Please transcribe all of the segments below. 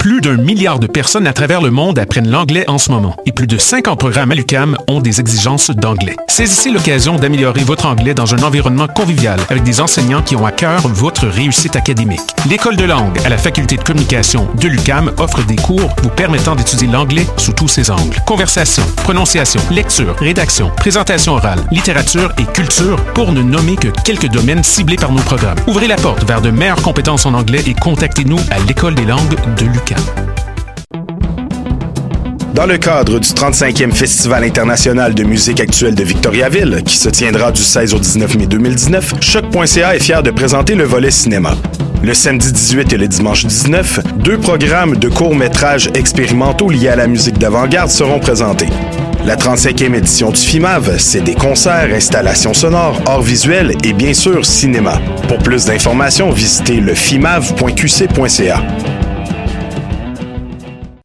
Plus d'un milliard de personnes à travers le monde apprennent l'anglais en ce moment et plus de 50 programmes à l'UCAM ont des exigences d'anglais. Saisissez l'occasion d'améliorer votre anglais dans un environnement convivial avec des enseignants qui ont à cœur votre réussite académique. L'école de langue à la faculté de communication de l'UCAM offre des cours vous permettant d'étudier l'anglais sous tous ses angles. Conversation, prononciation, lecture, rédaction, présentation orale, littérature et culture pour ne nommer que quelques domaines ciblés par nos programmes. Ouvrez la porte vers de meilleures compétences en anglais et contactez-nous à l'école des langues de l'UCAM. Dans le cadre du 35e Festival international de musique actuelle de Victoriaville, qui se tiendra du 16 au 19 mai 2019, Choc.ca est fier de présenter le volet cinéma. Le samedi 18 et le dimanche 19, deux programmes de courts-métrages expérimentaux liés à la musique d'avant-garde seront présentés. La 35e édition du FIMAV, c'est des concerts, installations sonores, arts visuels et bien sûr cinéma. Pour plus d'informations, visitez le fimav.qc.ca.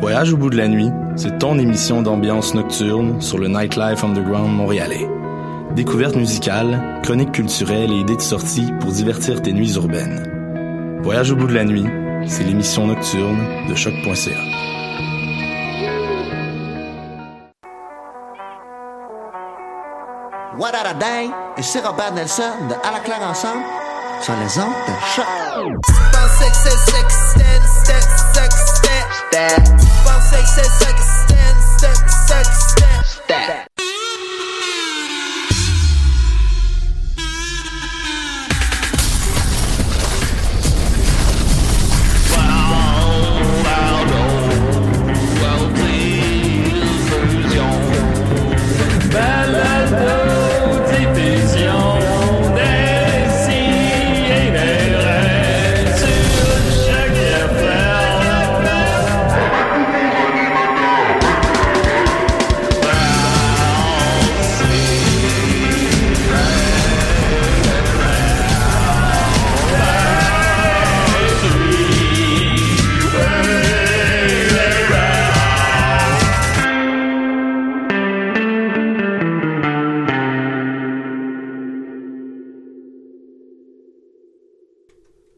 Voyage au bout de la nuit, c'est ton émission d'ambiance nocturne sur le Nightlife Underground montréalais. Découvertes musicales, chroniques culturelles et idées de sortie pour divertir tes nuits urbaines. Voyage au bout de la nuit, c'est l'émission nocturne de choc.ca. What a day! Ici Robert Nelson de À la claire ensemble sur les ondes de choc.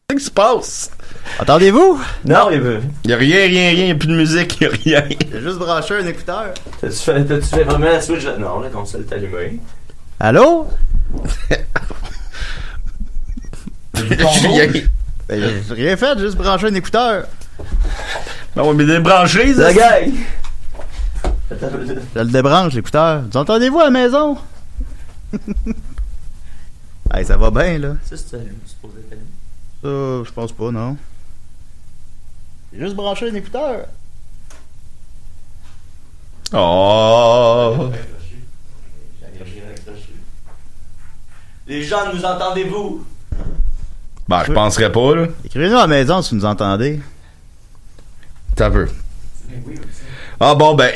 Qu'est-ce qui se passe? Entendez-vous? Non, il veut. Y a rien, rien, rien, y a plus de musique, y a rien. J'ai juste branché un écouteur. T'as-tu fait, t'as-tu fait vraiment la switch? là? Non, la console est allumée. Allô? Julien. Ben, j'ai rien fait, j'ai juste branché un écouteur. Ben ouais, mais débranché, ça. La gang! Je le débranche, l'écouteur. Vous entendez-vous à la maison? hey, ça va bien, là. Ça, c'est allumé, supposé être allumé. Ça, je pense pas, non. J'ai juste branché un écouteur. Oh! Les gens, nous entendez-vous? Ben, je penserais pas, là. Écrivez-nous à la maison si vous nous entendez. T'as peu. Ah bon, ben,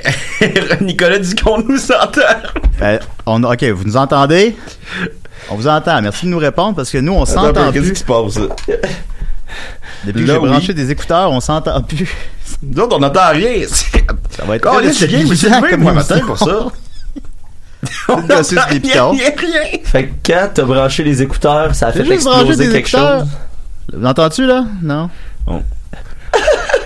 Nicolas dit qu'on nous entend. Ben, on, ok, vous nous entendez? On vous entend. Merci de nous répondre parce que nous, on Attends un peu, s'entend Qu'est-ce plus. qui se passe, là? Depuis que Là, j'ai oui. branché des écouteurs, on s'entend plus. Nous autres, on entend rien. Ça va être Oh, très laisse bien, mais déstabilisant c'est levé, comme moi, émission. matin, pour ça. On Une gosseuse entend des rien, pitons. rien, rien. Fait que quand t'as branché les écouteurs, ça a J'ai fait juste branché exploser des quelque écouteurs. chose. Vous entends-tu, là? Non?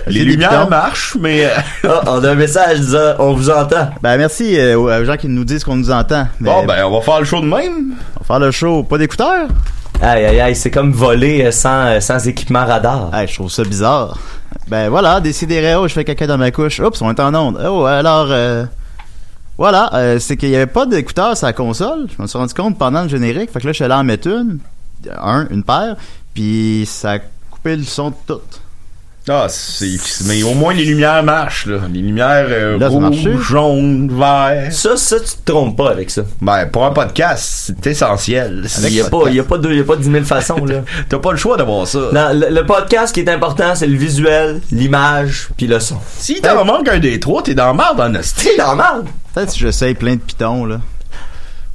Les des lumières pitons. marchent, mais... euh, Ah, on a un message disant on vous entend. Ben, merci euh, aux aux gens qui nous disent qu'on nous entend. Mais Bon, ben, on va faire le show de même. On va faire le show. Pas d'écouteurs? Aïe aïe aïe, c'est comme voler euh, sans, euh, sans équipement radar. Hey, je trouve ça bizarre. Ben voilà, décidérez, oh, je fais caca dans ma couche. Oups, on est en onde. Oh, alors, euh, voilà, euh, c'est qu'il n'y avait pas d'écouteurs sur la console. Je me suis rendu compte pendant le générique. Fait que là, je suis allé en mettre une, un, une paire, puis ça a coupé le son de toutes. Ah, c'est. Mais au moins les lumières marchent, là. Les lumières euh, Là, ça marchait. rouges, jaunes, verts. Ça, ça, tu te trompes pas avec ça. Ben, pour un podcast, c'est essentiel. Il n'y a, pas- y a pas deux- y a pas dix mille façons, là. T'as pas le choix d'avoir ça. Non, le, le podcast qui est important, c'est le visuel, l'image, puis le son. Si t'en manques un des trois, t'es dans la merde en hostie. C'est normal. Peut-être si j'essaye plein de pitons, là.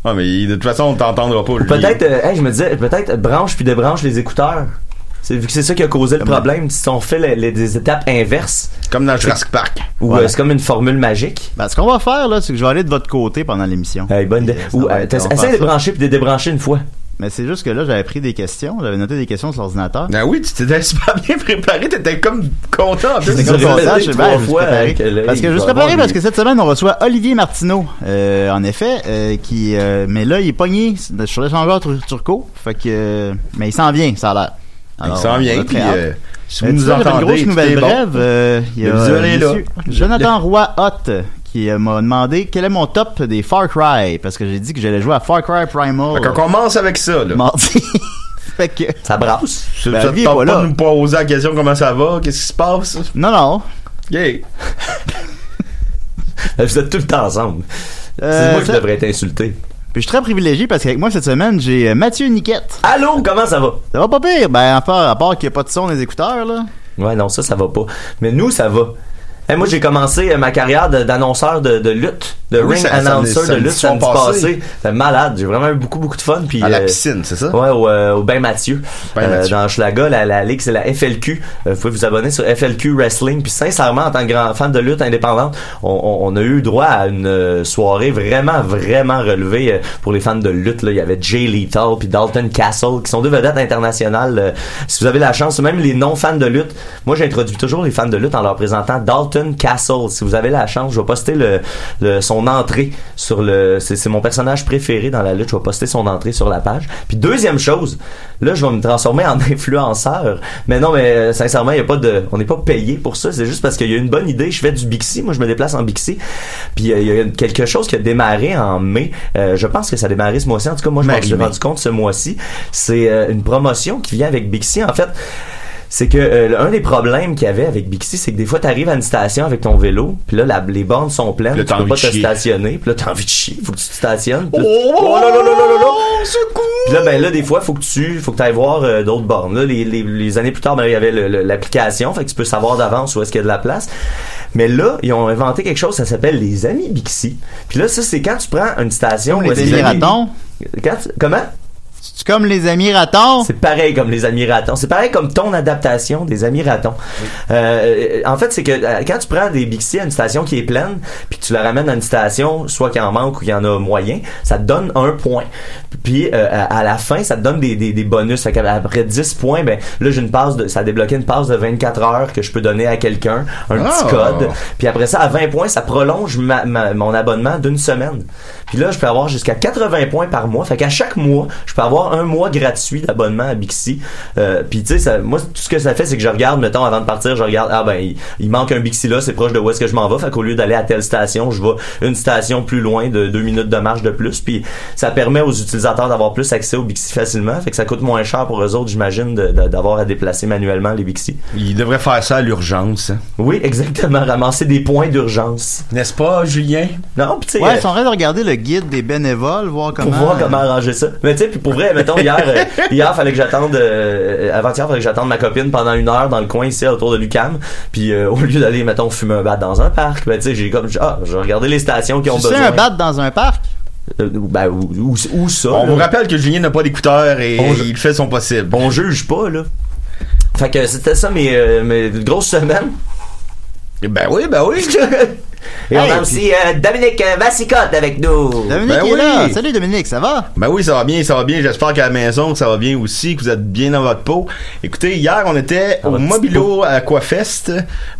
Ah, mais de toute façon, on t'entendra pas. lui. Peut-être, euh, hey, je me disais, peut-être branche puis débranche les écouteurs. C'est, vu que c'est ça qui a causé le problème, si on fait les, les- des étapes inverses, Comme dans Jurassic Park. ou Voilà. euh, c'est comme une formule magique. Ben, ce qu'on va faire, là, c'est que je vais aller de votre côté pendant l'émission. Hey, bonne idée. Euh, ça Ou va euh, être- t'ess- on va essaie faire de ça. brancher puis de débrancher une fois. Mais c'est juste que là, j'avais pris des questions, j'avais noté des questions sur l'ordinateur. Ben oui, tu t'étais super bien préparé, t'étais comme content. en plus. C'est Vous comme avez ça, fait je des sais trois bien, je me suis fois, préparé. euh, que là, Parce il que je va me suis avoir préparé parce des- que cette semaine, on reçoit Olivier Martineau, euh, en effet, euh, qui, euh, mais là, il est pogné sur l'échangeur tur- turco. Fait que, euh, mais il s'en vient, ça a l'air. Il Alors, s'en on vient, a très puis hâte. euh, si Euh, vous tu nous vois, j'avais une entendez, grosse nouvelle écoutez, bon. brève. euh, il y Le a, visuel est là. monsieur Jonathan Roy Hott qui euh, m'a demandé quel est mon top des Far Cry parce que j'ai dit que j'allais jouer à Far Cry Primal Fait qu'on commence avec ça, là. mardi. fait que Ça brasse. Tu Ben, ça te Olivier tente est pas pas là. de nous poser la question comment ça va, qu'est-ce qui se passe? non non. Yeah. Vous êtes tout le temps ensemble. c'est Euh, moi qui ça- devrais être insulté. Puis je suis très privilégié parce qu'avec moi cette semaine j'ai euh, Mathieu Niquette. Allô, comment ça va? Ça va pas pire. Ben à part, à part qu'il n'y a pas de son des écouteurs là. Ouais, non, ça, ça va pas. Mais nous, ça va. Hey, moi, j'ai commencé euh, ma carrière de- d'annonceur de, de lutte, de Oui, ring ça- announcer samedi- de lutte samedi samedi passé. passé. C'était malade. J'ai vraiment eu beaucoup, beaucoup de fun. Puis, À la euh, piscine, c'est ça? Ouais, au, euh, au Bain Mathieu. Bain Euh, Mathieu. dans Schlaga, la, la ligue, c'est la FLQ. Euh, vous pouvez vous abonner sur FLQ Wrestling. Puis sincèrement, en tant que grand fan de lutte indépendante, on, on- on a eu droit à une euh, soirée vraiment, vraiment relevée euh, pour les fans de lutte. Là. Il y avait Jay Lethal puis Dalton Castle, qui sont deux vedettes internationales. Euh, si vous avez la chance, même les non-fans de lutte, moi j'introduis toujours les fans de lutte en leur présentant Dalton Castle. Si vous avez la chance, je vais poster le, le- son entrée sur le... C'est c'est mon personnage préféré dans la lutte. Je vais poster son entrée sur la page. Puis deuxième chose, là je vais me transformer en influenceur. Mais non, mais euh, sincèrement, il y a pas de, on n'est pas payé pour ça. C'est juste parce qu'il y a une bonne idée. Je fais du Bixi. Moi, je me déplace en Bixi. Puis euh, il y a quelque chose qui a démarré en mai. Euh, je pense que ça a démarré ce mois-ci. En tout cas, moi, je m'en suis Marie-Mé. rendu compte ce mois-ci. C'est euh, une promotion qui vient avec Bixi. En fait, c'est que euh, le- un des problèmes qu'il y avait avec Bixi, c'est que des fois, tu arrives à une station avec ton vélo, puis là, la- les bornes sont pleines, Puis là, tu t'as peux envie pas de te chier. stationner, puis là, t'as envie de chier, faut que tu te stationnes. puis là, Oh, Oh là là là là là là! secours! Puis là, ben là, des fois, faut que tu, faut que t'ailles voir euh, d'autres bornes. Là, les, les, les années plus tard, ben, il y avait le- le- l'application, fait que tu peux savoir d'avance où est-ce qu'il y a de la place. Mais là, ils ont inventé quelque chose, ça s'appelle les amis Bixi. Puis là, ça, c'est quand tu prends une station Oh, Comme où les est-ce qu'il y a amis des- ratons. Quand tu- comment? C'est comme les amis ratons. C'est pareil comme les amis ratons. C'est pareil comme ton adaptation des amis ratons. Euh, euh, en fait, c'est que euh, quand tu prends des Bixi à une station qui est pleine, puis que tu la ramènes à une station, soit qu'il en manque ou qu'il y en a moyen, ça te donne un point. Puis euh, à, à la fin, ça te donne des, des, des bonus. Fait qu'après 10 points, ben là j'ai une passe de, ça débloquait une passe de 24 heures que je peux donner à quelqu'un, un petit Ah. code. Puis après ça, à 20 points, ça prolonge ma- ma- mon abonnement d'une semaine. Puis là, je peux avoir jusqu'à 80 points par mois. Fait qu'à chaque mois, je peux avoir un mois gratuit d'abonnement à Bixi. Euh, puis tu sais, ça- moi, tout ce que ça fait, c'est que je regarde, mettons, avant de partir, je regarde, ah ben, il, il manque un Bixi là, c'est proche de où est-ce que je m'en vais. Fait qu'au lieu d'aller à telle station, je vais une station plus loin de deux minutes de marche de plus. Puis ça permet aux utilisateurs d'avoir plus accès aux Bixi facilement. Fait que ça coûte moins cher pour eux autres, j'imagine, de- de- d'avoir à déplacer manuellement les Bixi. Il devrait faire ça à l'urgence. hein. Oui, exactement. Ramasser des points d'urgence. N'est-ce pas, Julien? Non, pis tu sais, Ouais, euh, ils sont en train de regarder le guide des bénévoles, voir comment. pour voir comment arranger ça. Mais tu sais, puis pour vrai, mettons hier, euh, hier fallait que j'attende, euh, avant-hier fallait que j'attende ma copine pendant une heure dans le coin ici autour de Lucam. Puis euh, au lieu d'aller, mettons, fumer un bat dans un parc, ben tu sais, j'ai comme ah, je regardais les stations qui ont Tu sais besoin. un bat dans un parc. Euh, ben où, où, où ça On là? vous rappelle que Julien n'a pas d'écouteurs et On- il fait son possible. On juge pas là. Fait que c'était ça mes, euh, mes grosses semaines. Ben oui, ben oui. Et on Hey, a aussi euh, Dominique euh, Massicotte avec nous. Dominique Ben est oui. là. Salut Dominique, ça va? Ben oui, ça va bien, ça va bien. J'espère qu'à la maison, ça va bien aussi, que vous êtes bien dans votre peau. Écoutez, hier, on était Dans au votre Mobilo Aquafest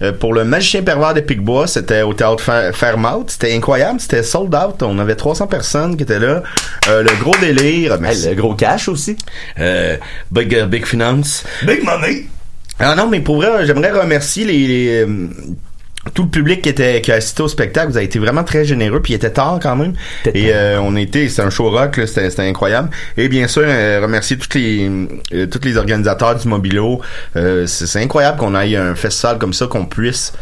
euh, pour le Magicien Pervers de Picbois. C'était au théâtre Fa- Fairmount. C'était incroyable. C'était sold out. On avait 300 personnes qui étaient là. Euh, le gros délire. Hey, Merci. Ben, le gros cash aussi. Euh, big, euh, big Finance. Big money. Ah non, mais pour vrai, j'aimerais remercier les, les, euh, tout le public qui était qui a assisté au spectacle, vous avez été vraiment très généreux, puis il était tard quand même. C'était Et tard. euh, on était, c'était un show rock, là, c'était c'était incroyable. Et bien sûr, euh, remercier toutes les euh, tous les organisateurs du Mobilo. Euh, c'est c'est incroyable qu'on aille à un festival comme ça, qu'on puisse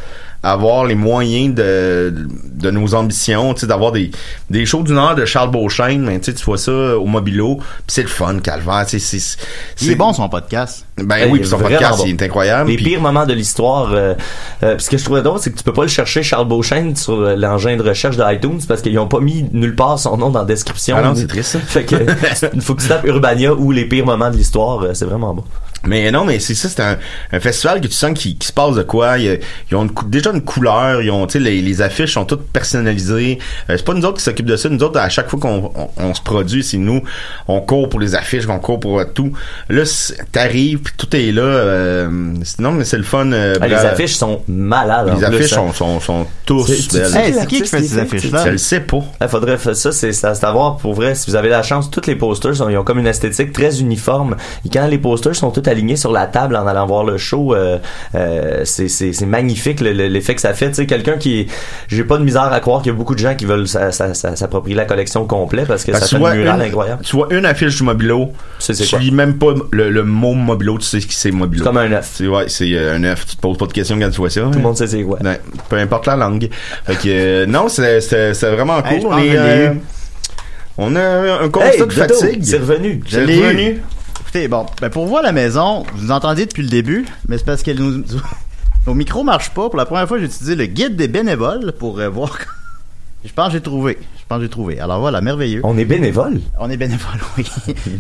avoir les moyens de, de nos ambitions, tu sais, d'avoir des, des shows du Nord de Charles Beauchesne, mais tu sais, tu vois ça au Mobilo, puis c'est le fun, Calvaire, tu sais, c'est... C'est bon son podcast. Ben Hey, oui, puis son vraiment podcast, bon. il est incroyable. Les Ah, puis- pires moments de l'histoire. euh, euh, puis ce que je trouvais drôle, c'est que tu peux pas le chercher Charles Beauchesne sur euh, l'engin de recherche de iTunes parce qu'ils ont pas mis nulle part son nom dans la description. Ah non, c'est triste, ça. Fait que il faut que tu tapes Urbania ou les pires moments de l'histoire. euh, c'est vraiment bon. Mais non, mais c'est ça, c'est un, un festival que tu sens qui, qui se passe de quoi. Ils, euh, ils ont une cou- déjà une couleur, ils ont, tu sais, les, les affiches sont toutes personnalisées. Euh, c'est pas nous autres qui s'occupent de ça. Nous autres, à chaque fois qu'on on, on se produit, c'est nous, on court pour les affiches, on court pour euh, tout. Là, c'est- t'arrives, puis tout est là. euh, c'est- non, mais c'est le fun. euh, Ah, les bra- affiches sont malades. en les plus, affiches hein. sont, sont, sont tous C'est- belles. c'est- Hey, c'est qui qui fait ces affiches-là? Je le sais pas. Ouais, Eh, faudrait fa- ça c'est ça c'est à voir pour vrai si vous avez la chance toutes les posters sont- ils ont comme une esthétique très uniforme et quand les posters sont tous alignés sur la table en allant voir le show euh, euh, c'est c'est c'est magnifique le- le- l'effet que ça fait tu sais quelqu'un qui j'ai pas de misère à croire qu'il y a beaucoup de gens qui veulent sa- sa- sa- s'approprier la collection au complet parce que Parce que ça tu fait vois un mural une- incroyable Tu vois une affiche du Mobilo, C'est- c'est tu quoi? lis même pas le, le mot Mobilo, tu sais ce que c'est c'est Mobilo. comme un œuf C'est ouais, c'est euh, un œuf. Tu te poses pas de questions quand tu vois ça. tout le monde sait c'est quoi Ouais, peu importe la langue. Fait que euh, non, c'est- c'est c'est vraiment cool. Hey, je pense on, est, que je l'ai euh, eu. on a un constat Hey, de Dodo, fatigue. c'est revenu. C'est l'ai eu. revenu. Écoutez, bon, ben pour voir la maison, vous nous entendiez depuis le début, mais c'est parce qu'elle nous. Nos micros marchent pas. Pour la première fois, j'ai utilisé le guide des bénévoles pour euh, voir. Je pense que j'ai trouvé. Je pense que j'ai trouvé. Alors voilà, merveilleux. on est bénévole On est bénévole, oui.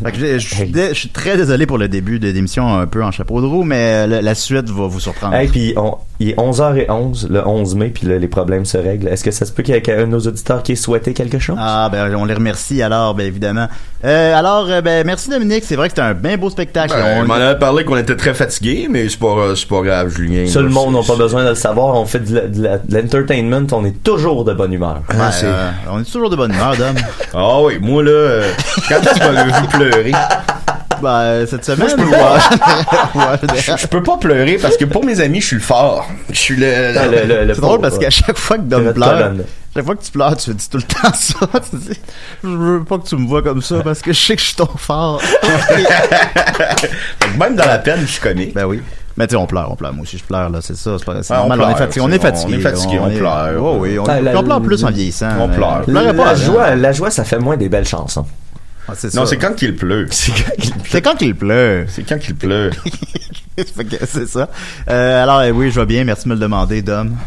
Fait que je, je suis dé- je suis très désolé pour le début de l'émission un peu en chapeau de roue, mais euh, la, la suite va vous surprendre. Hey, puis on, il est 11h11 le 11 mai puis là, les problèmes se règlent est-ce que ça se peut qu'il y ait un de nos auditeurs qui ait souhaité quelque chose Ah ben on les remercie alors ben évidemment. Euh, alors euh, ben merci Dominique, c'est vrai que c'était un bien beau spectacle. Ben, On- on m'en avait parlé qu'on était très fatigué, mais c'est pas, euh, c'est pas grave, Julien. Tout le monde n'a pas C'est- besoin de le savoir. On fait de la- de la- de l'entertainment, on est toujours de bonne humeur. Ouais, Ah, c'est- euh, on est toujours de bonne humeur, Dom. Ah oui, moi là, euh, quand tu m'as vu pleurer, ben, euh, cette semaine. je, je peux pas pleurer parce que pour mes amis, je suis le fort. Je suis le. Ah, le- le- le C'est drôle pauvre. parce qu'à chaque fois que C'est Dom notre pleure, colonne. chaque fois que tu pleures, tu dis tout le temps ça. Tu dis, je veux pas que tu me vois comme ça parce que je sais que je suis ton fort. Fait que même dans la peine, je suis comique. ben oui. Mais tu sais, on pleure, on pleure. Moi aussi, je pleure, là, c'est ça. C'est pas- c'est Ah, on normal, on, pleure, est fatigué. c'est- On est fatigué. on est fatigué, on pleure. Oh, oui, on, Ah, la- on pleure plus en vieillissant. On mais- pleure. on pleurait La, pas. avant. joie, la joie, ça fait moins des belles chansons. Ah, c'est Non, ça. c'est quand qu'il pleut. C'est quand qu'il pleure. C'est quand qu'il pleut. Fait que c'est ça. Euh, alors, euh, oui, je vais bien. Merci de me le demander, Dom.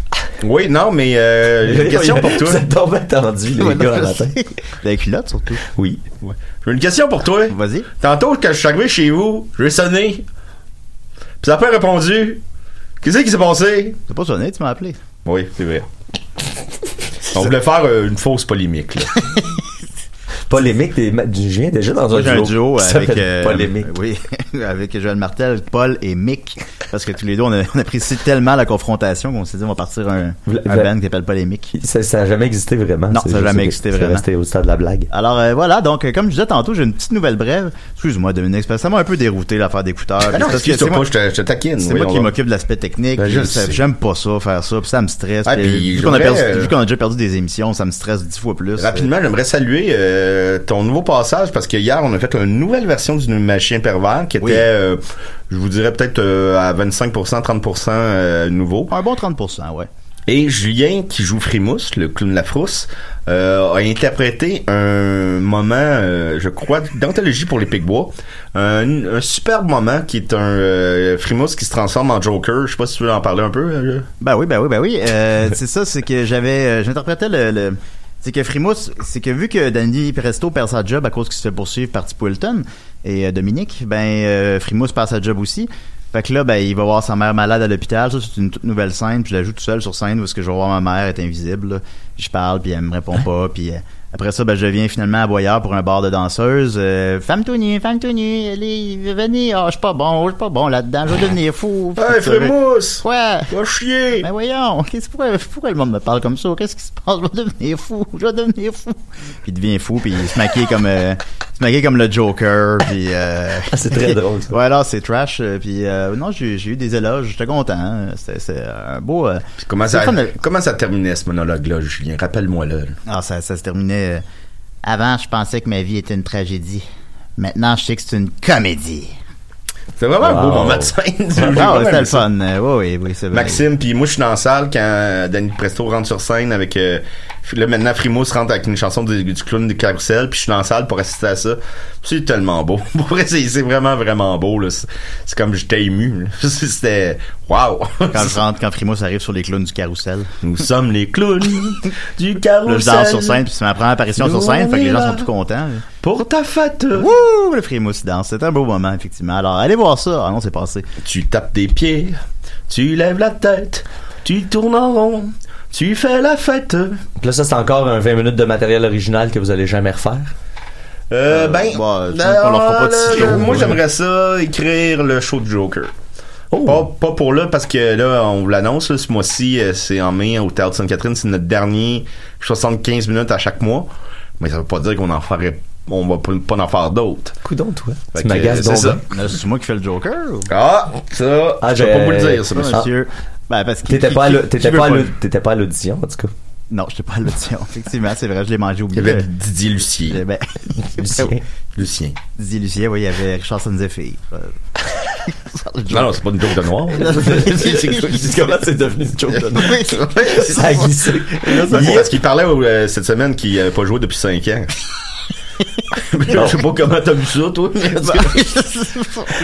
Oui, non, mais euh, j'ai une question pour toi. Vous êtes tombé tendu, les gars, le matin. La culotte, surtout. Oui. J'ai une question pour toi. Vas-y. Tantôt, quand je suis arrivé chez vous, j'ai sonné. Puis ça n'a pas répondu. Qu'est-ce qui s'est passé? T'as pas sonné, tu m'as appelé. Oui, c'est vrai. On voulait faire euh, une fausse polémique. là. Polémique, t'es ma- je viens déjà dans un Moi, j'ai duo. un duo qui avec s'appelle euh, Polémique. Oui, avec Joël Martel, Paul et Mick. Parce que tous les deux, on, a, on apprécie tellement la confrontation qu'on s'est dit on va partir un, Vla- un vla- band qui s'appelle Paul et Mick. Ça ça a jamais existé vraiment. Non, C'est ça a juste jamais que existé c'est vraiment. resté au stade de la blague. Alors euh, voilà, donc euh, comme je disais tantôt, j'ai une petite nouvelle brève. Excuse-moi Dominique, c'est parce que ça m'a un peu dérouté l'affaire d'écouteurs. Ah Puis non, c'est parce que excuse-toi c'est moi- pas, je te, je te taquine. c'est voyons moi qui donc. m'occupe de l'aspect technique. Ben, je puis le ça- sais. J'aime pas ça, faire ça, puis ça me stresse. Ah, puis, puis vu qu'on a, j'aimerais, perdu- euh, vu qu'on a déjà perdu des émissions, ça me stresse dix fois plus. Rapidement, j'aimerais saluer euh, ton nouveau passage parce que hier, on a fait une nouvelle version du Machin Pervers qui était, Oui. euh, je vous dirais peut-être euh, à 25%, 30% euh, nouveau. Un bon 30%, ouais. Et Julien, qui joue Frimousse, le clown de la frousse, euh, a interprété un moment, euh, je crois, d'anthologie pour les Pigbois. Un, un superbe moment qui est un euh, Frimousse qui se transforme en Joker. Je sais pas si tu veux en parler un peu. euh, Ben oui, ben oui, ben oui. Euh, c'est ça, c'est que j'avais, euh, j'interprétais le, le- c'est que Frimousse, c'est que vu que Danny Presto perd sa job à cause qu'il se fait poursuivre par Tipwilton et euh, Dominique, ben euh, Frimousse perd sa job aussi. Fait que là, ben il va voir sa mère malade à l'hôpital. Ça, c'est une toute nouvelle scène. Puis je la joue tout seul sur scène où est-ce que je vais voir ma mère est invisible. là. Je parle, puis elle me répond pas, puis euh, Après ça, ben, je viens finalement à Boyard pour un bar de danseuses. Euh, femme tout nue, femme tout nue, allez, venez. Ah, je suis pas bon, je suis pas bon là-dedans, je vais devenir fou. Hey, Frémousse! Ouais. Va chier! Ben voyons, qu'est-ce pourquoi, pourquoi le monde me parle comme ça? Qu'est-ce qui se passe? Je vais devenir fou, je vais devenir fou. Puis il devient fou, puis il se maquille comme, euh, il se maquille comme le Joker, puis... Euh... Ah, c'est très drôle, ça. Ouais, alors c'est trash, euh, puis euh, non, j'ai j'ai eu des éloges, j'étais content. hein. C'était c'était un beau... euh, Comment c'est ça, le fun de- comment ça terminait ce monologue-là, Julien? Rappelle-moi là. Ah, ça, ça se terminait... euh, Avant, je pensais que ma vie était une tragédie. Maintenant, je sais que c'est une comédie. C'est vraiment un beau Wow. moment de scène. J'ai Ah, vraiment ouais, c'était aimé le ça. fun. Euh, ouais, oui, oui, c'est vrai. Maxime, puis moi je suis dans la salle quand Danny Presto rentre sur scène avec euh, là maintenant Frimousse rentre avec une chanson du, du clown du carousel, puis je suis dans la salle pour assister à ça. C'est tellement beau. Pour vrai, c'est c'est vraiment vraiment beau là. C'est c'est comme j'étais ému. là. C'était waouh. Quand je rentre, quand Frimousse arrive sur les clowns du carrousel. Nous sommes les clowns du Là, carousel. je danse sur scène, puis c'est ma première apparition sur scène, fait que les gens sont Noël. tout contents. là. Pour ta fête. Wouh, le frimousse danse. C'était un beau moment, effectivement. Alors, allez voir ça. Ah non, c'est passé. Tu tapes des pieds, tu lèves la tête, tu tournes en rond, tu fais la fête. Puis là, ça, c'est encore un 20 minutes de matériel original que vous allez jamais refaire. Euh, ben, bah, je pense qu'on leur fera pas de euh, sitôt. là, Moi, j'aimerais ça écrire le show de Joker. Oh! Pas, pas pour là, parce que là, on vous l'annonce, là, ce mois-ci, euh, c'est en mai au Théâtre Sainte-Catherine, c'est notre dernier 75 minutes à chaque mois. Mais ça veut pas dire qu'on en ferait, on va pas, pas en faire d'autres. Coudon, toi. Fait Tu que, m'agaces c'est donc. ça. bien. Là, c'est moi qui fais le Joker ou Ah, ça, Ah, je vais j'ai- pas vous le dire, ça, pas, monsieur. Ah. monsieur? Ben, parce que. T'étais qui- pas à qui- l'au- qui t'étais veut pas à pas- l'au- t'étais pas à l'audition, en tout cas. Non, j'étais pas à l'audition. Effectivement, c'est vrai, je l'ai mangé au Il y avait milieu. Didier Lucien. Ben, Lucien. Lucien. Didier Lucien, oui, il y avait Richard Sanzefé. Non, non, c'est pas une joke de noir. Comment c'est devenu une joke de nom? Ça a glissé. Oui, Parce qu'il parlait euh, cette semaine qu'il avait pas joué depuis 5 ans. je sais pas comment t'as vu ça, toi. Ben,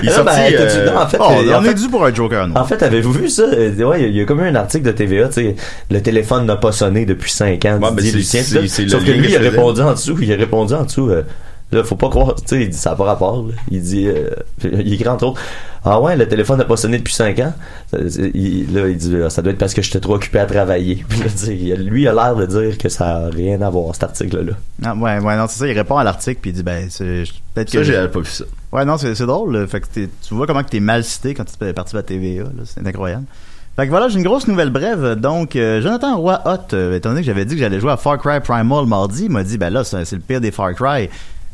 Il est Ah, ben, sorti, t'as-tu- euh, non, en fait, Oh, euh, en on est fait- Ah. dû pour un Joker, non? En fait, avez-vous vu ça? Euh, Ouais, il y a- il y, a comme eu un article de TVA, tu sais, le téléphone n'a pas sonné depuis 5 ans, Ouais, ben, Didier c'est- Lucien. c'est- pis c'est là, le Sauf que lien lui, que il a je faisais. répondu en dessous, il a répondu en dessous, euh, là, faut pas croire, tu sais, il dit, ça n'a pas rapport, là. Il dit, euh, il écrit entre autres, ah ouais, le téléphone n'a pas sonné depuis 5 ans. Ça- c'est- il- là, il dit, Ah, ça doit être parce que j'étais trop occupé à travailler. Puis là, tu sais, il a- lui, il a l'air de dire que ça n'a rien à voir, cet article-là. Ah, ouais, ouais, non, c'est ça, il répond à l'article puis il dit, ben, c'est, je- peut-être Ça, que. j'avais pas vu ça. Ouais, non, c'est c'est drôle. là. Fait que t'es- tu vois comment que t'es mal cité quand tu es parti à TVA. là. C'est incroyable. Fait que voilà, j'ai une grosse nouvelle brève. Donc, euh, Jonathan Roy Hott, euh, étant donné que j'avais dit que j'allais jouer à Far Cry Primal mardi, il m'a dit, ben là, c'est c'est le pire des Far Cry.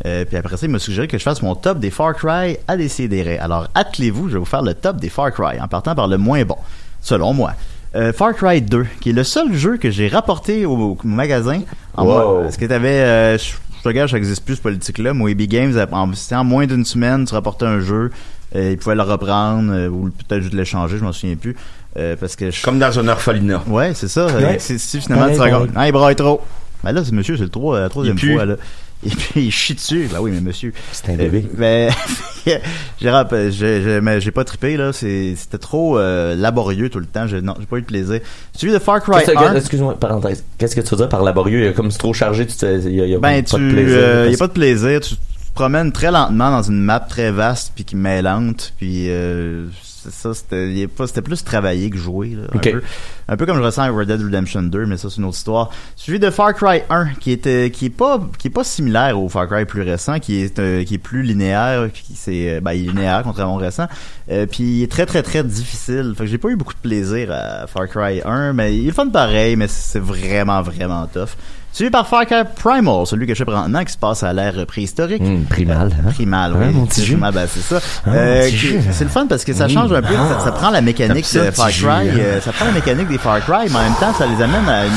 Euh, puis après ça, il m'a suggéré que je fasse mon top des Far Cry à décider. Alors, attelez-vous, je vais vous faire le top des Far Cry en partant par le moins bon, selon moi. Euh, Far Cry 2, qui est le seul jeu que j'ai rapporté au, au magasin. En Wow. moi- ce que t'avais, euh, je je regarde, ça existe plus ce politique-là. Moebi Games, en, c'était en moins d'une semaine, tu rapportais un jeu, euh, ils pouvaient le reprendre euh, ou peut-être juste l'échanger, je m'en souviens plus, euh, parce que je- Comme dans un orphelinat. Ouais, c'est ça. euh, Ouais. Si, si finalement Ouais, tu ouais. racontes. Ah, il braille trop. Ben là, c'est monsieur, c'est le trois- la troisième Il pue. fois, là. Et puis, il chie dessus. Ben oui, mais monsieur. C'est un bébé. Euh, ben, j'ai rap- j'ai- j'ai- mais j'ai pas trippé, là. C'est- C'était trop euh, laborieux tout le temps. Je- non, j'ai pas eu de plaisir. Celui de Far Cry Qu'est-ce que- 1. Excuse-moi, parenthèse. Qu'est-ce que tu veux dire par laborieux? Il y a comme c'est trop chargé, tu te- il y a, il y a Ben, pas tu, de plaisir. euh, y a pas de plaisir. Tu te promènes très lentement dans une map très vaste puis qui mêlante. Puis euh, c'est ça, c'était y a pas- c'était plus travaillé que jouer. Là, un, Ok. peu, un peu comme je ressens avec Red Dead Redemption 2, mais ça c'est une autre histoire. Suivi de Far Cry 1, qui était, qui est pas, qui est pas similaire au Far Cry plus récent, qui est, euh, qui est plus linéaire, puis qui c'est, ben, il est linéaire contrairement au récent. Euh, puis il est très très très difficile. Fait que j'ai pas eu beaucoup de plaisir à Far Cry 1, mais il est fun pareil, mais c'est vraiment vraiment tough. Suivi par Far Cry Primal, celui que je fais maintenant, qui se passe à l'ère préhistorique. Hum, primal, hein? Primal, Hein, oui. mon petit jus? Primal, ben, c'est ça. Hein, Euh, mon petit qui- jus? Mmh. Ah, c'est le fun parce que ça change un peu, ça, ça prend la mécanique T'aimes ça, de Far petit jus, Cry, hein? euh, ça prend la mécanique des Far Cry, mais en même temps, ça les amène à une,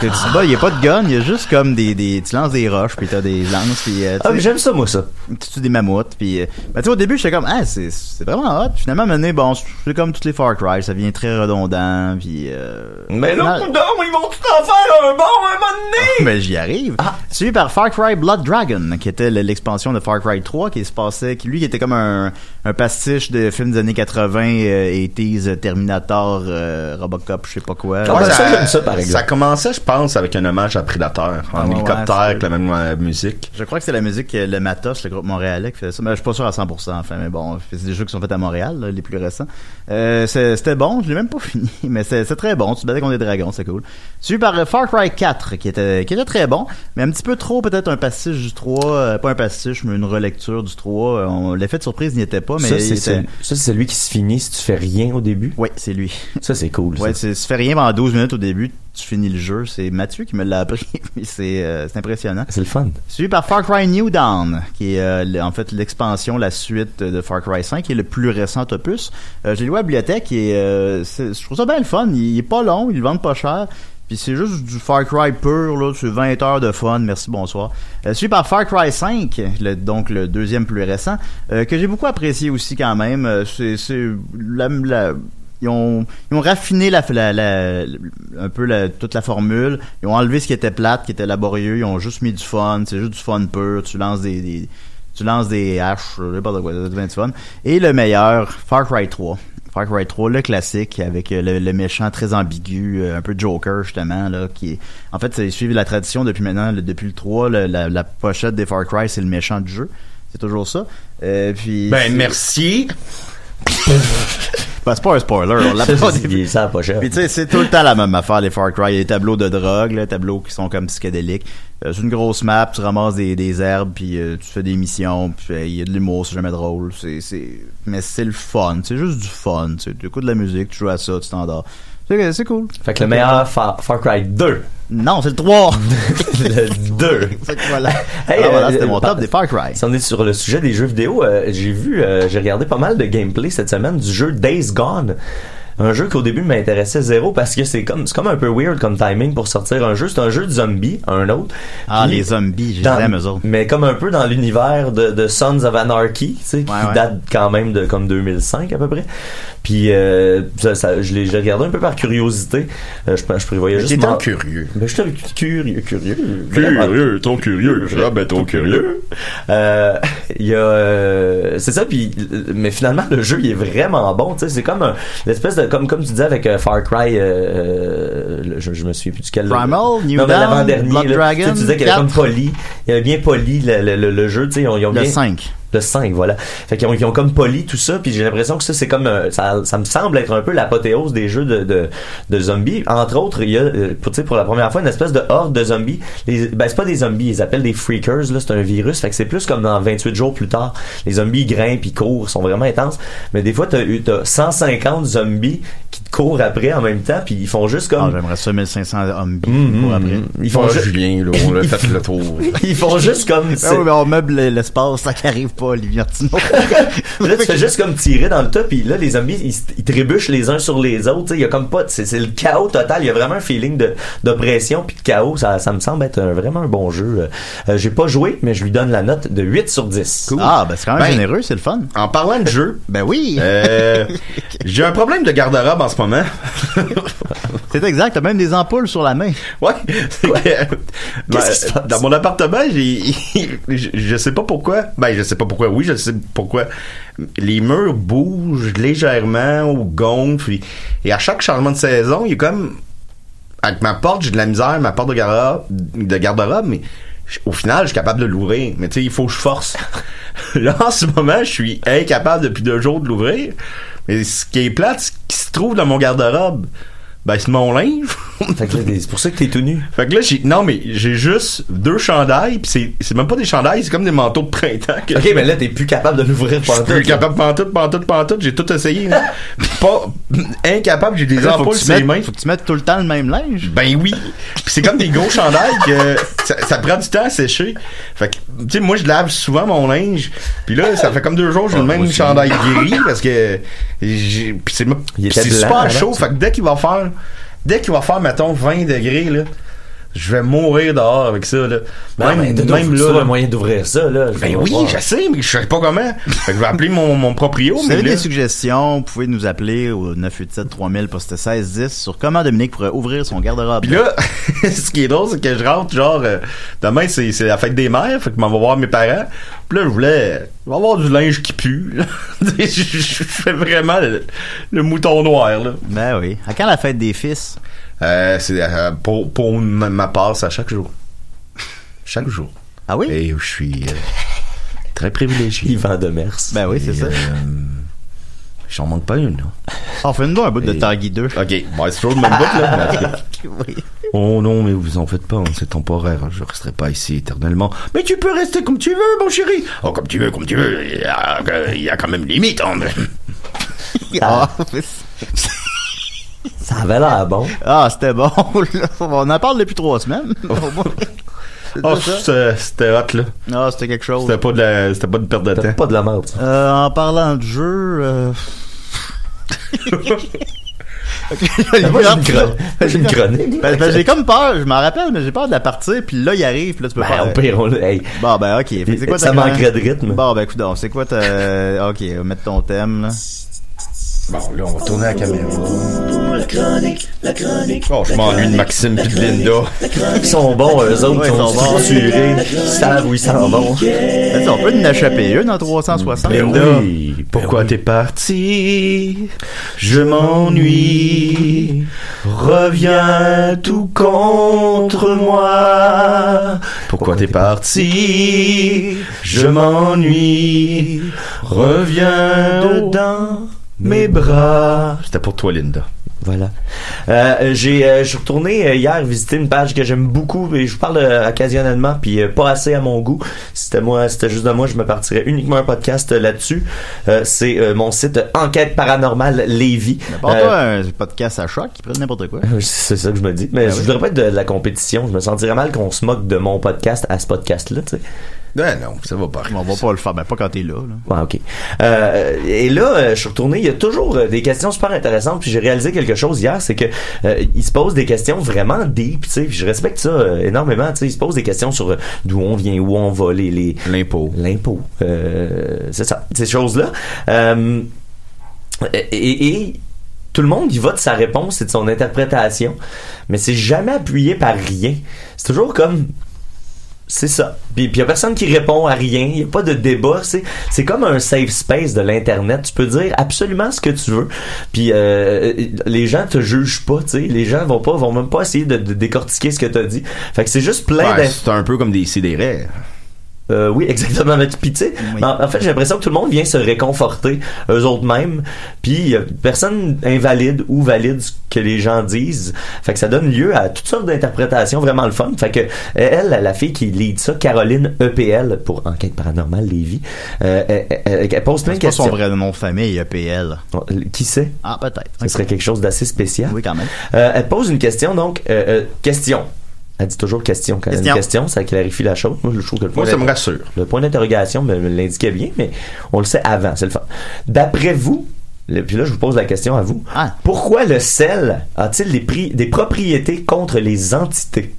que tu Ah. te bats, il y a pas de gun, il y a juste comme des, des, tu lances des roches, puis t'as des lances, puis euh, tu Ah, sais, mais j'aime ça, moi, ça. tu tues des mammouths puis euh, ben, tu sais, au début j'étais comme ah c'est c'est vraiment hot finalement mené bon c'est comme tous les Far Cry ça devient très redondant puis euh, Mais là, final- coudonc, ils vont tout en faire un bon un moment donné! Ah, Ah. mais j'y arrive. Suivi par Far Cry Blood Dragon, qui était le- l'expansion de Far Cry 3, qui se passait, qui lui qui était comme un, un pastiche de films des années 80, euh, 80s, euh, Terminator, euh, Robocop, je sais pas quoi. Ah, ben, ça, j'aime ça, par exemple. ça commençait, je pense, avec un hommage à Predator, en Ah, ouais, hélicoptère, ouais, avec la même euh, musique. Je crois que c'est la musique euh, Le Matos, le groupe montréalais qui faisait ça. Mais je suis pas sûr à 100%, enfin, mais bon, c'est des jeux qui sont faits à Montréal, là, les plus récents. Euh, c'est- c'était bon, je l'ai même pas fini, mais c'est c'est très bon. Tu te battais contre des dragons, c'est cool. Suivi par euh, Far Cry 4, qui était, qui était très bon, mais un petit peu trop, peut-être un pastiche du 3, euh, pas un pastiche, mais une relecture du 3. euh, on- L'effet de surprise n'y était pas, mais ça, il c'est était- celui, ça, c'est celui qui se finit si tu fais rien au début. Ouais, c'est lui. Ça, c'est cool. Ouais, ça. c'est- tu fais rien pendant 12 minutes au début, tu finis le jeu. C'est Mathieu qui me l'a appris, mais c'est euh, c'est impressionnant. C'est le fun. Suivi par Far Cry New Dawn, qui est euh, le- en fait l'expansion, la suite de Far Cry 5, qui est le plus récent opus. Euh, je l'ai loué à la bibliothèque et euh, c'est- je trouve ça bien le fun. Il, il est pas long, il le vendent pas cher. Puis c'est juste du Far Cry pur, là, c'est 20 heures de fun, merci, bonsoir. Euh, suivi par Far Cry 5, le- donc le deuxième plus récent, euh, que j'ai beaucoup apprécié aussi quand même. Euh, c'est c'est la- la, ils ont, ils ont raffiné la, la- la- un peu la- toute la formule. Ils ont enlevé ce qui était plate, qui était laborieux. Ils ont juste mis du fun. C'est juste du fun pur. Tu lances des, des- tu lances des haches, je sais pas de quoi, ça doit être bien du fun. Et le meilleur, Far Cry 3. Far Cry 3, le classique, avec euh, le, le méchant très ambigu, euh, un peu Joker, justement, là, qui est... En fait, c'est suivi la tradition depuis maintenant, le- depuis le 3, le- la, la pochette des Far Cry, c'est le méchant du jeu. C'est toujours ça. Euh, puis... Ben, c'est- merci. Ben, c'est pas un spoiler, on l'a Ça, pas au c'est- début. il est ça, pas cher. Puis tu sais, c'est tout le temps la même affaire, les Far Cry. Il y a des tableaux de drogue, là, des tableaux qui sont comme psychédéliques. Euh, c'est une grosse map, tu ramasses des, des herbes, puis euh, tu fais des missions, puis euh, il y a de l'humour, c'est jamais drôle. C'est, c'est... Mais c'est le fun, c'est juste du fun. tu sais. Tu écoutes de la musique, tu joues à ça, tu t'endors. C'est, c'est cool. Fait que le meilleur Far, Far Cry 2. Non, c'est le 3! le 2. Fait que voilà. Hey, Alors, voilà, euh, c'était mon par- top des Far Cry. Si on est sur le sujet des jeux vidéo, euh, j'ai vu, euh, j'ai regardé pas mal de gameplay cette semaine du jeu Days Gone. Un jeu qu'au début m'intéressait zéro parce que c'est comme c'est comme un peu weird comme timing pour sortir un jeu. C'est un jeu de zombies, un autre. Ah, Puis, les zombies, j'ai dans- aime eux autres. Mais comme un peu dans l'univers de, de Sons of Anarchy, tu sais, qui Ouais, ouais. date quand même de comme 2005 à peu près. Puis euh, ça, ça- je l'ai je l'ai regardé un peu par curiosité. Euh, je, je prévoyais juste. J'étais m'en- curieux. Ben, j'étais curieux, curieux. vraiment Curieux, ton curieux. Ah ben ton curieux. euh, il y a, euh, c'est ça. Puis, mais finalement, le jeu il est vraiment bon. Tu sais, c'est comme un- l'espèce de comme comme tu disais avec euh, Far Cry. euh, euh, le- je, je me souviens plus duquel. là. Primal, New non, mais Dawn, l'avant-dernier, Blood là. Dragon, Tu sais, tu disais qu'il y avait comme quatre. poli. Il y avait bien poli le, le, le- le jeu. Tu sais, ils ont, ils ont Le bien 5. le 5, voilà. Fait qu'ils ont, ils ont comme poli tout ça, puis j'ai l'impression que ça, c'est comme... euh, ça, ça me semble être un peu l'apothéose des jeux de, de, de zombies. Entre autres, il y a, euh, pour, tu sais, pour la première fois, une espèce de horde de zombies. Les, ben, c'est pas des zombies, ils appellent des freakers, là, c'est un virus. Fait que c'est plus comme dans 28 jours plus tard. Les zombies grimpent, ils courent, sont vraiment intenses. Mais des fois, t'as eu t'as 150 zombies qui te courent après en même temps, puis ils font juste Ah, comme... j'aimerais ça 1500 zombies Mm, pour mm, après. mm. Ils font Bon, juste... Julien, là, on l'a fait le tour. Ils font juste comme... Ah oui, mais on meuble l'espace, ça n'arrive pas, Olivier Martineau. Puis là, tu fais juste comme tirer dans le tas, puis là, les zombies, ils, s- ils trébuchent les uns sur les autres. tu sais, Il y a comme pas. C'est c'est le chaos total. Il y a vraiment un feeling de- d'oppression, puis de chaos. Ça, ça me semble être un- vraiment un bon jeu. Euh, J'ai pas joué, mais je lui donne la note de 8 sur 10. Ah, ben c'est quand même Ben, généreux, c'est le fun. En parlant de jeu, Ben oui, euh, j'ai un problème de garde-robe en ce moment. c'est exact. T'as même des ampoules sur la main. Ouais, c'est que, ben, qui se passe? dans mon appartement, j'ai, je, je sais pas pourquoi. Ben, je sais pas pourquoi. Oui, je sais pourquoi. Les murs bougent légèrement ou gonflent. Et, et à chaque changement de saison, il y a comme avec ma porte, j'ai de la misère, ma porte de garde-robe, de garde-robe, mais je- au final, je suis capable de l'ouvrir. Mais tu sais, il faut que je force. Là, en ce moment, je suis incapable depuis deux jours de l'ouvrir. Mais ce qui est plate, ce qui se trouve dans mon garde-robe, ben, c'est mon linge. Fait que là, C'est pour ça que t'es tout nu. Fait que là, j'ai, non, mais j'ai juste deux chandails, pis c'est, c'est même pas des chandails, c'est comme des manteaux de printemps. Que Ok, mais là, t'es plus capable de l'ouvrir je suis pendant plus capable, pantoute, pantoute, pantoute, j'ai tout essayé, là. pas, hum, incapable, j'ai des Là, faut, ampoules que tu sur les mettes, mains. faut que tu mettes tout le temps le même linge. Ben oui. Puis c'est comme des gros chandails que ça, ça prend du temps à sécher. Fait que, tu sais, moi, je lave souvent mon linge. Puis là, ça fait comme deux jours, j'ai le même chandail gris parce que j'ai, puis c'est, mo- Il puis était c'est blanc super avant, chaud. ça. Fait que dès qu'il va faire, dès qu'il va faire, mettons, 20 degrés, là, je vais mourir dehors avec ça, là. Même, Même, Ben même, même là. un moyen d'ouvrir ça, là. Je Ben vais oui, voir. je sais, mais je sais pas comment. Fait que je vais appeler mon, mon proprio, Si vous mais avez là, des suggestions, vous pouvez nous appeler au 987 3000 poste 1610 sur comment Dominique pourrait ouvrir son garde-robe. Puis là, ce qui est drôle, c'est que je rentre, genre, euh, demain, c'est, c'est la fête des mères, fait que je m'en vais voir mes parents. Puis là, je voulais, je vais avoir du linge qui pue, là. Tu sais, je, je- je fais vraiment le, le mouton noir, là. Ben oui. À quand la fête des fils? Euh, c'est, euh, pour, pour ma, ma part, c'est à chaque jour. Chaque jour. Ah oui? Et je suis euh, très privilégié. Yvan Demers. Ben oui, c'est Et, ça. euh, J'en manque pas une, là. On fait une un bout de Et- Tanguy 2. OK, bon, c'est toujours le même bout, là. mais en tout cas. Oui. Oh non, mais vous en faites pas, hein, c'est temporaire. hein, Je resterai pas ici éternellement. Mais tu peux rester comme tu veux, mon chéri. Oh, comme tu veux, comme tu veux. Il y a, euh, il y a quand même limite. hein. Ah, Ça avait l'air bon. ah, c'était bon. là. On en parle depuis trois semaines. au moins. Oh, c'était c'était hot là. Ah, c'était quelque chose. C'était pas de la, c'était pas de perte de C'était temps. pas de la merde, ça. Euh, en parlant de jeu, euh, Ben, Moi, j'ai une chronique. J'ai une chronique. ben, ben, j'ai comme peur, je m'en rappelle, mais j'ai peur de la partie, puis là, il arrive, puis là, tu peux Ben, pas... au pire, on l'a- hey, Bon, ben, ok. Fait que c'est quoi ça ta- manquerait de rythme. Bon, ben, écoute, c'est quoi ta... euh, ok, on va mettre ton thème, là. Bon, là, on va tourner la caméra. Oh, je m'ennuie de Maxime puis de Linda. Ils sont bons, eux autres, Ouais, ils ils sont sont bons. structurés, ils savent où ils s'en vont. Ben, tu, on peut en échapper une en 360. Ben Linda, pourquoi t'es parti Je m'ennuie. Reviens tout contre moi. Pourquoi t'es parti Je m'ennuie. Reviens dedans mes bras. C'était pour toi, Linda. Voilà. Euh, j'ai, euh, je suis retourné euh, hier visiter une page que j'aime beaucoup et je vous parle euh, occasionnellement puis euh, pas assez à mon goût. C'était moi, c'était juste de moi, je me partirais uniquement un podcast euh, là-dessus. Euh, c'est euh, mon site euh, Enquête paranormale Lévis. Euh, Apporte-toi un podcast à choc qui prennent n'importe quoi. c'est ça que je me dis. Mais je voudrais pas être de, de la compétition. Je me sentirais mal qu'on se moque de mon podcast à ce podcast-là, tu sais. Ouais, non, ça va pas. Bon, on va pas le faire, ben, pas quand t'es là, là. Ouais, ok. Euh, et là, euh, je suis retourné. Il y a toujours euh, des questions super intéressantes. Puis j'ai réalisé quelque chose hier, c'est que euh, ils se posent des questions vraiment deep. Tu sais, puis je respecte ça euh, énormément. Tu sais, ils se posent des questions sur euh, d'où on vient, où on va, les, les L'impôt. l'impôt. Euh, c'est ça, ces choses-là. Euh, et, et tout le monde y va de sa réponse et de son interprétation, mais c'est jamais appuyé par rien. C'est toujours comme c'est ça. Puis il y a personne qui répond à rien, il y a pas de débat, c'est c'est comme un safe space de l'internet, tu peux dire absolument ce que tu veux. Puis euh, les gens te jugent pas, tu sais, les gens vont pas vont même pas essayer de, de décortiquer ce que tu as dit. Fait que c'est juste plein Ouais, d'inf- c'est un peu comme des sidérés. euh, oui, exactement. Mais tu- puis tu sais, Oui. en, en fait, j'ai l'impression que tout le monde vient se réconforter eux autres mêmes. Puis euh, personne invalide ou valide ce que les gens disent. Fait que ça donne lieu à toutes sortes d'interprétations vraiment le fun. Fait que euh, elle, la fille qui lead ça, Caroline EPL pour enquête paranormale Lévis, euh, elle, elle- elle pose plein de C'est pas son questions. Euh, vrai nom de famille, EPL. Qui sait? Ah, peut-être. Ce serait quelque chose d'assez spécial. Oui, quand même. Euh, elle pose une question, donc, euh, euh, question. Elle dit toujours question quand elle a une Question. question, ça clarifie la chose. Moi, je trouve que le Moi, point ça me d'in- rassure. le point d'interrogation me, me l'indiquait bien, mais on le sait avant, c'est le fun. D'après vous, le- puis là, je vous pose la question à vous. Ah. Pourquoi le sel a-t-il des, pri- des propriétés contre les entités?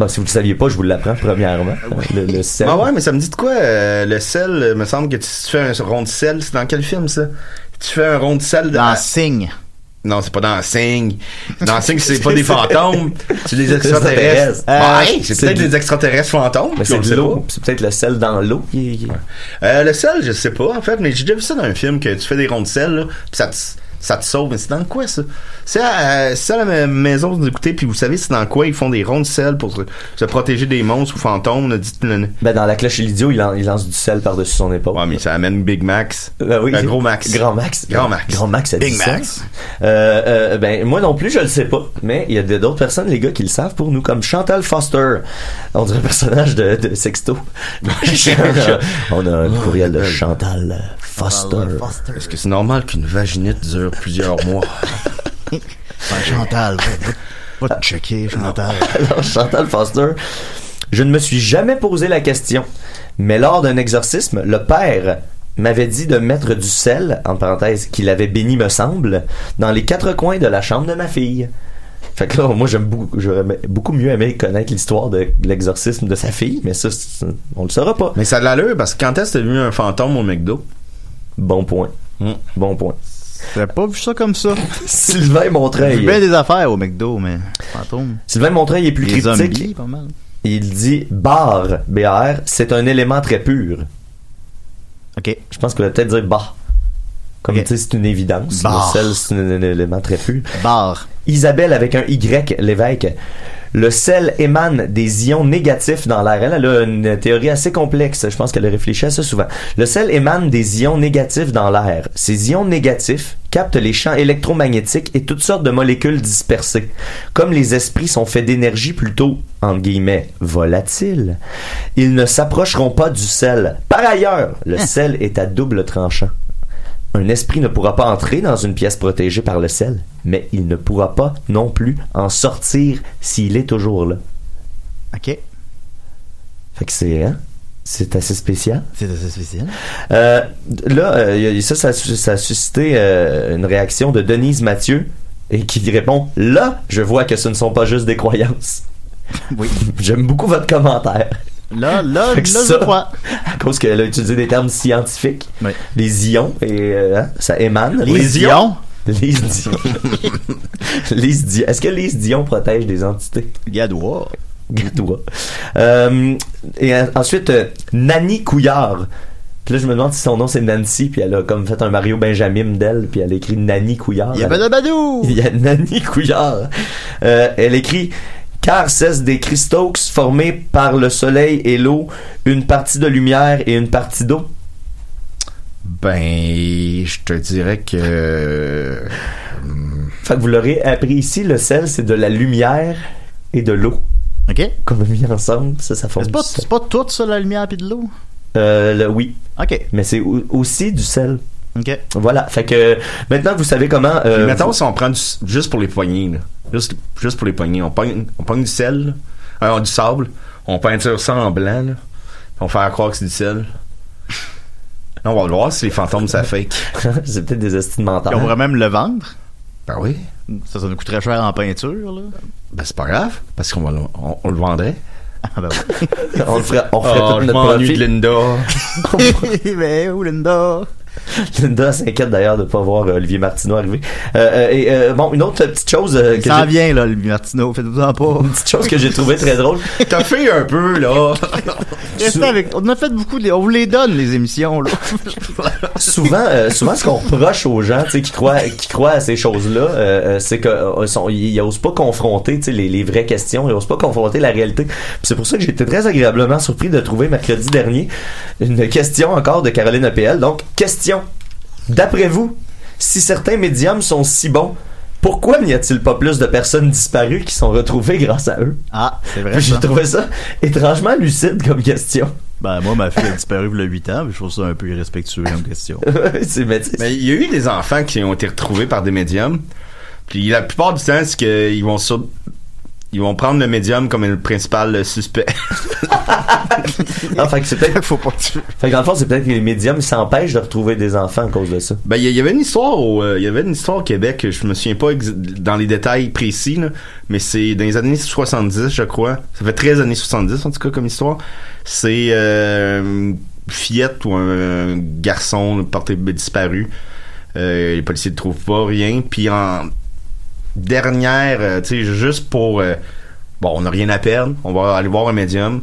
Bon, si vous ne le saviez pas, je vous l'apprends premièrement. Le, le sel. ben, Ah ouais, mais ça me dit de quoi euh, le sel, euh, me semble que tu, tu fais un rond de sel, c'est dans quel film ça Tu fais un rond de sel dans- Dans Signe. Non, c'est pas dans Sing. Dans Sing, c'est pas des fantômes, c'est des extraterrestres. extraterrestres. Ouais, Euh, c'est c'est peut-être de- des extraterrestres fantômes. puis Mais on c'est le de sait l'eau. C'est peut-être le sel dans l'eau. pas. Euh, le sel, je sais pas en fait, mais j'ai déjà vu ça dans un film que tu fais des ronds de sel là, puis ça te ça te sauve, mais c'est dans quoi ça? C'est à, euh, c'est à la ma- maison d'écouter, puis vous savez c'est dans quoi ils font des ronds de sel pour se, se protéger des monstres ou fantômes, là, dites-le. Ben, dans la cloche et l'idiot, il, lan- il lance du sel par-dessus son épaule. Ouais, mais ça amène Big Max. Ben oui. Un gros Max. Grand Max. Grand Max. Grand Max, ça dit Big ça. Max. Euh, euh, ben, moi non plus, je le sais pas. Mais il y a de- d'autres personnes, les gars, qui le savent pour nous, comme Chantal Foster. On dirait un personnage de, de Sexto. on a un courriel de Chantal Foster. Est-ce que c'est normal qu'une vaginite dure plusieurs mois? Ben, Chantal, va- va va te checker, Chantal. Alors, Chantal Foster, je ne me suis jamais posé la question, mais lors d'un exorcisme, le père m'avait dit de mettre du sel, en parenthèse, qu'il avait béni, me semble, dans les quatre coins de la chambre de ma fille. Fait que là, moi, j'aime beaucoup, j'aurais aimé- beaucoup mieux aimé connaître l'histoire de l'exorcisme de sa fille, mais ça, c'est- on le saura pas. Mais ça a de l'allure parce que quand est-ce que t'as vu un fantôme au McDo? Bon point. Hmm. Bon point. J'avais pas vu ça comme ça. Sylvain J'ai Montreuil. vu bien des affaires au McDo, mais fantôme. Sylvain Montreuil est plus Les critique. zombies, pas mal. Il dit bar, B-A-R, c'est un élément très pur. Ok. Je pense qu'on va peut-être dire bah. Comme Ok. tu sais, c'est une évidence. Bah. Le sel, c'est un, un élément très pur. Bar. Isabelle avec un Y, l'évêque. Le sel émane des ions négatifs dans l'air. Elle, elle a une théorie assez complexe. Je pense qu'elle réfléchit à ça souvent. Le sel émane des ions négatifs dans l'air. Ces ions négatifs captent les champs électromagnétiques et toutes sortes de molécules dispersées. Comme les esprits sont faits d'énergie plutôt, entre guillemets, volatile, ils ne s'approcheront pas du sel. Par ailleurs, le sel est à double tranchant. Un esprit ne pourra pas entrer dans une pièce protégée par le sel, mais il ne pourra pas non plus en sortir s'il est toujours là. Ok. Fait que c'est, hein? C'est assez spécial. C'est assez spécial. Euh, là, euh, y a- ça, ça, a su- ça a suscité euh, une réaction de Denise Mathieu et qui répond Là, je vois que ce ne sont pas juste des croyances. Oui. J'aime beaucoup votre commentaire. Là, là, là, Fait que je ça- crois. À cause qu'elle a utilisé des termes scientifiques. Oui. Les ions, et euh, hein, ça émane. ions. Lise Dion. Lise Dion. Est-ce que Lise Dion protège des entités? Gadois. Gadois. Euh, et en- ensuite, euh, Nani Couillard. Puis là, je me demande si son nom c'est Nancy, puis elle a comme fait un Mario Benjamin d'elle, puis elle a écrit Nani Couillard. Il y a Elle- pas de badou. il y a Nani Couillard. Euh, elle écrit Car cessent des cristaux formés par le soleil et l'eau, une partie de lumière et une partie d'eau. Ben, je te dirais que. Fait que vous l'aurez appris ici, le sel, c'est de la lumière et de l'eau. Ok. Mais Comme mis ensemble, ça, ça forme C'est pas, du sel. c'est pas tout ça, la lumière puis de l'eau. Euh, le- oui, Ok. mais c'est au- aussi du sel. Ok. Voilà. Fait que maintenant, vous savez comment. euh, Mais mettons, si on prend du, juste pour les poignées, là. Juste, juste pour les poignées. On pogne, on pogne du sel, là. Euh, du sable, on peinture ça en blanc, là. Puis on fait croire que c'est du sel. Là, on va voir si les fantômes, ça fake. c'est peut-être des estimes Et On pourrait mentales. même le vendre. Ben oui. Ça, ça nous coûterait cher en peinture, là. Ben, c'est pas grave, parce qu'on va le- on, on le vendrait. Ah, ben oui. On le ferait, on ferait Oh, tout je notre m'ennuie profit. de Linda. Mais où, Ben Linda? Linda s'inquiète d'ailleurs de ne pas voir euh, Olivier Martineau arriver. Euh, euh, et euh, bon, une autre petite chose euh, que Il s'en j'ai- vient, là, le Martino. Faites-vous en pas. une petite chose que j'ai trouvée très drôle. T'as fait un peu, là. Restez avec. On a fait beaucoup. de- On vous les donne, les émissions, là. souvent, euh, souvent, ce qu'on reproche aux gens, tu sais, qui croient, qui croient à ces choses-là, euh, euh, c'est que euh, sont- ils ils osent pas confronter, tu sais, les, les vraies questions, ils osent pas confronter la réalité. Puis c'est pour ça que j'ai été très agréablement surpris de trouver mercredi dernier une question encore de Caroline APL. Donc, question. D'après vous, si certains médiums sont si bons, pourquoi n'y a-t-il pas plus de personnes disparues qui sont retrouvées grâce à eux? Ah, c'est vrai. Puis J'ai ça. trouvé ça étrangement lucide comme question. Ben, moi, ma fille a disparu il y a 8 ans, mais je trouve ça un peu irrespectueux comme question. C'est- mais tu sais, Mais il y a eu des enfants qui ont été retrouvés par des médiums. Puis la plupart du temps, c'est qu'ils vont sur... Ils vont prendre le médium comme le principal suspect. ah, fait que c'est peut-être Faut pas tuer. Fait que dans le fond, c'est peut-être que les médiums ils s'empêchent de retrouver des enfants à cause de ça. Ben, il y, y avait une histoire au, euh, il y avait une histoire au Québec, je me souviens pas ex- dans les détails précis, là, mais c'est dans les années 70, je crois. Ça fait 13 années 70, en tout cas, comme histoire. C'est, euh, une fillette ou un, garçon là, porté ben, disparu. Euh, les policiers ne trouvent pas rien. Puis en dernière, euh, tu sais, juste pour, euh, bon, on n'a rien à perdre, on va aller voir un médium.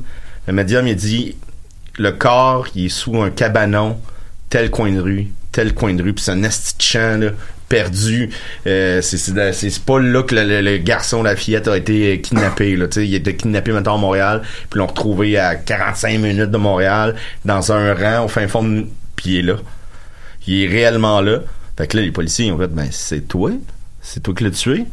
Le médium, il dit, le corps, il est sous un cabanon, tel coin de rue, tel coin de rue, puis c'est un esti de champ, là, perdu. Euh, c'est- c'est de- c'est c'est pas là que le, le- le garçon, la fillette, a été euh, kidnappé. Là, tu sais, il a été kidnappé maintenant à Montréal, puis l'ont retrouvé à 45 minutes de Montréal, dans un rang au fin fond, de... puis il est là. Il est réellement là. Fait que là, les policiers, ils ont fait, ben, c'est toi. C'est toi qui l'as tué.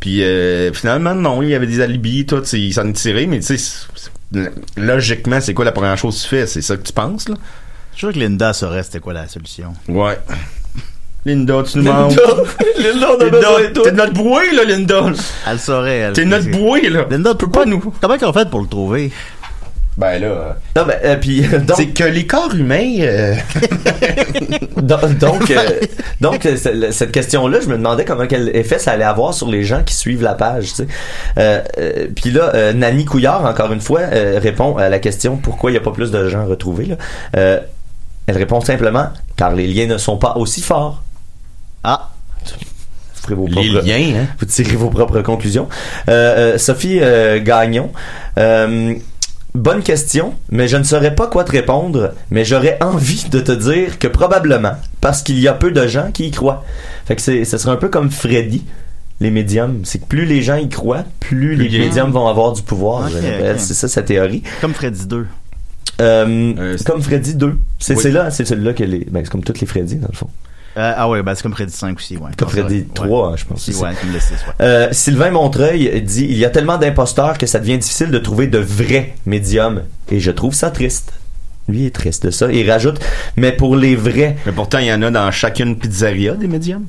Puis euh, finalement, non, il y avait des alibis, tout, il s'en est tiré, mais tu sais, c'est- c'est- logiquement, c'est quoi la première chose que tu fais? C'est ça que tu penses, là? Je suis sûr que Linda saurait c'était quoi la solution. Ouais. Linda, tu nous manques. Linda, on a besoin de Linda, toi. t'es notre bouée, là, Linda. Elle saurait, elle. T'es notre bouée, là. Linda, peut pas pas nous. nous. Comment qu'on fait pour le trouver? Ben là, euh, Non, mais euh, puis euh, c'est donc que les corps humains, euh, donc donc, euh, donc, euh, c'est- le- cette question-là, je me demandais comment quel effet ça allait avoir sur les gens qui suivent la page. Tu sais. Euh, euh, puis là, euh, Nani Couillard encore une fois euh, répond à la question pourquoi il n'y a pas plus de gens retrouvés. Là. Euh, elle répond simplement car les liens ne sont pas aussi forts. Ah, Vous ferez vos les propres- liens, hein. vous tirez vos propres conclusions. Euh, euh, Sophie euh, Gagnon, euh, bonne question, mais je ne saurais pas quoi te répondre, mais j'aurais envie de te dire que probablement, parce qu'il y a peu de gens qui y croient. Fait que c'est, ce serait un peu comme Freddy les médiums. C'est que plus les gens y croient, plus, les bien. médiums vont avoir du pouvoir. Mhm. Ok, je rappelle. ok. C'est ça sa théorie. Comme Freddy 2. Euh, Euh, c'est- comme Freddy 2. C'est Oui. c'est là, c'est celui-là que les. Ben, c'est comme toutes les Freddy, dans le fond. Euh, ah ouais, ben c'est comme Freddy 5 aussi, ouais. Comme Freddy Ah, Ouais. 3, hein, je pense. Si, C'est- ouais, comme le 6, ouais. Euh, Sylvain Montreuil dit Il y a tellement d'imposteurs que ça devient difficile de trouver de vrais médiums. Et je trouve ça triste. Lui est triste de ça. Il rajoute Mais pour les vrais, Mais pourtant, il y en a dans chacune pizzeria des médiums.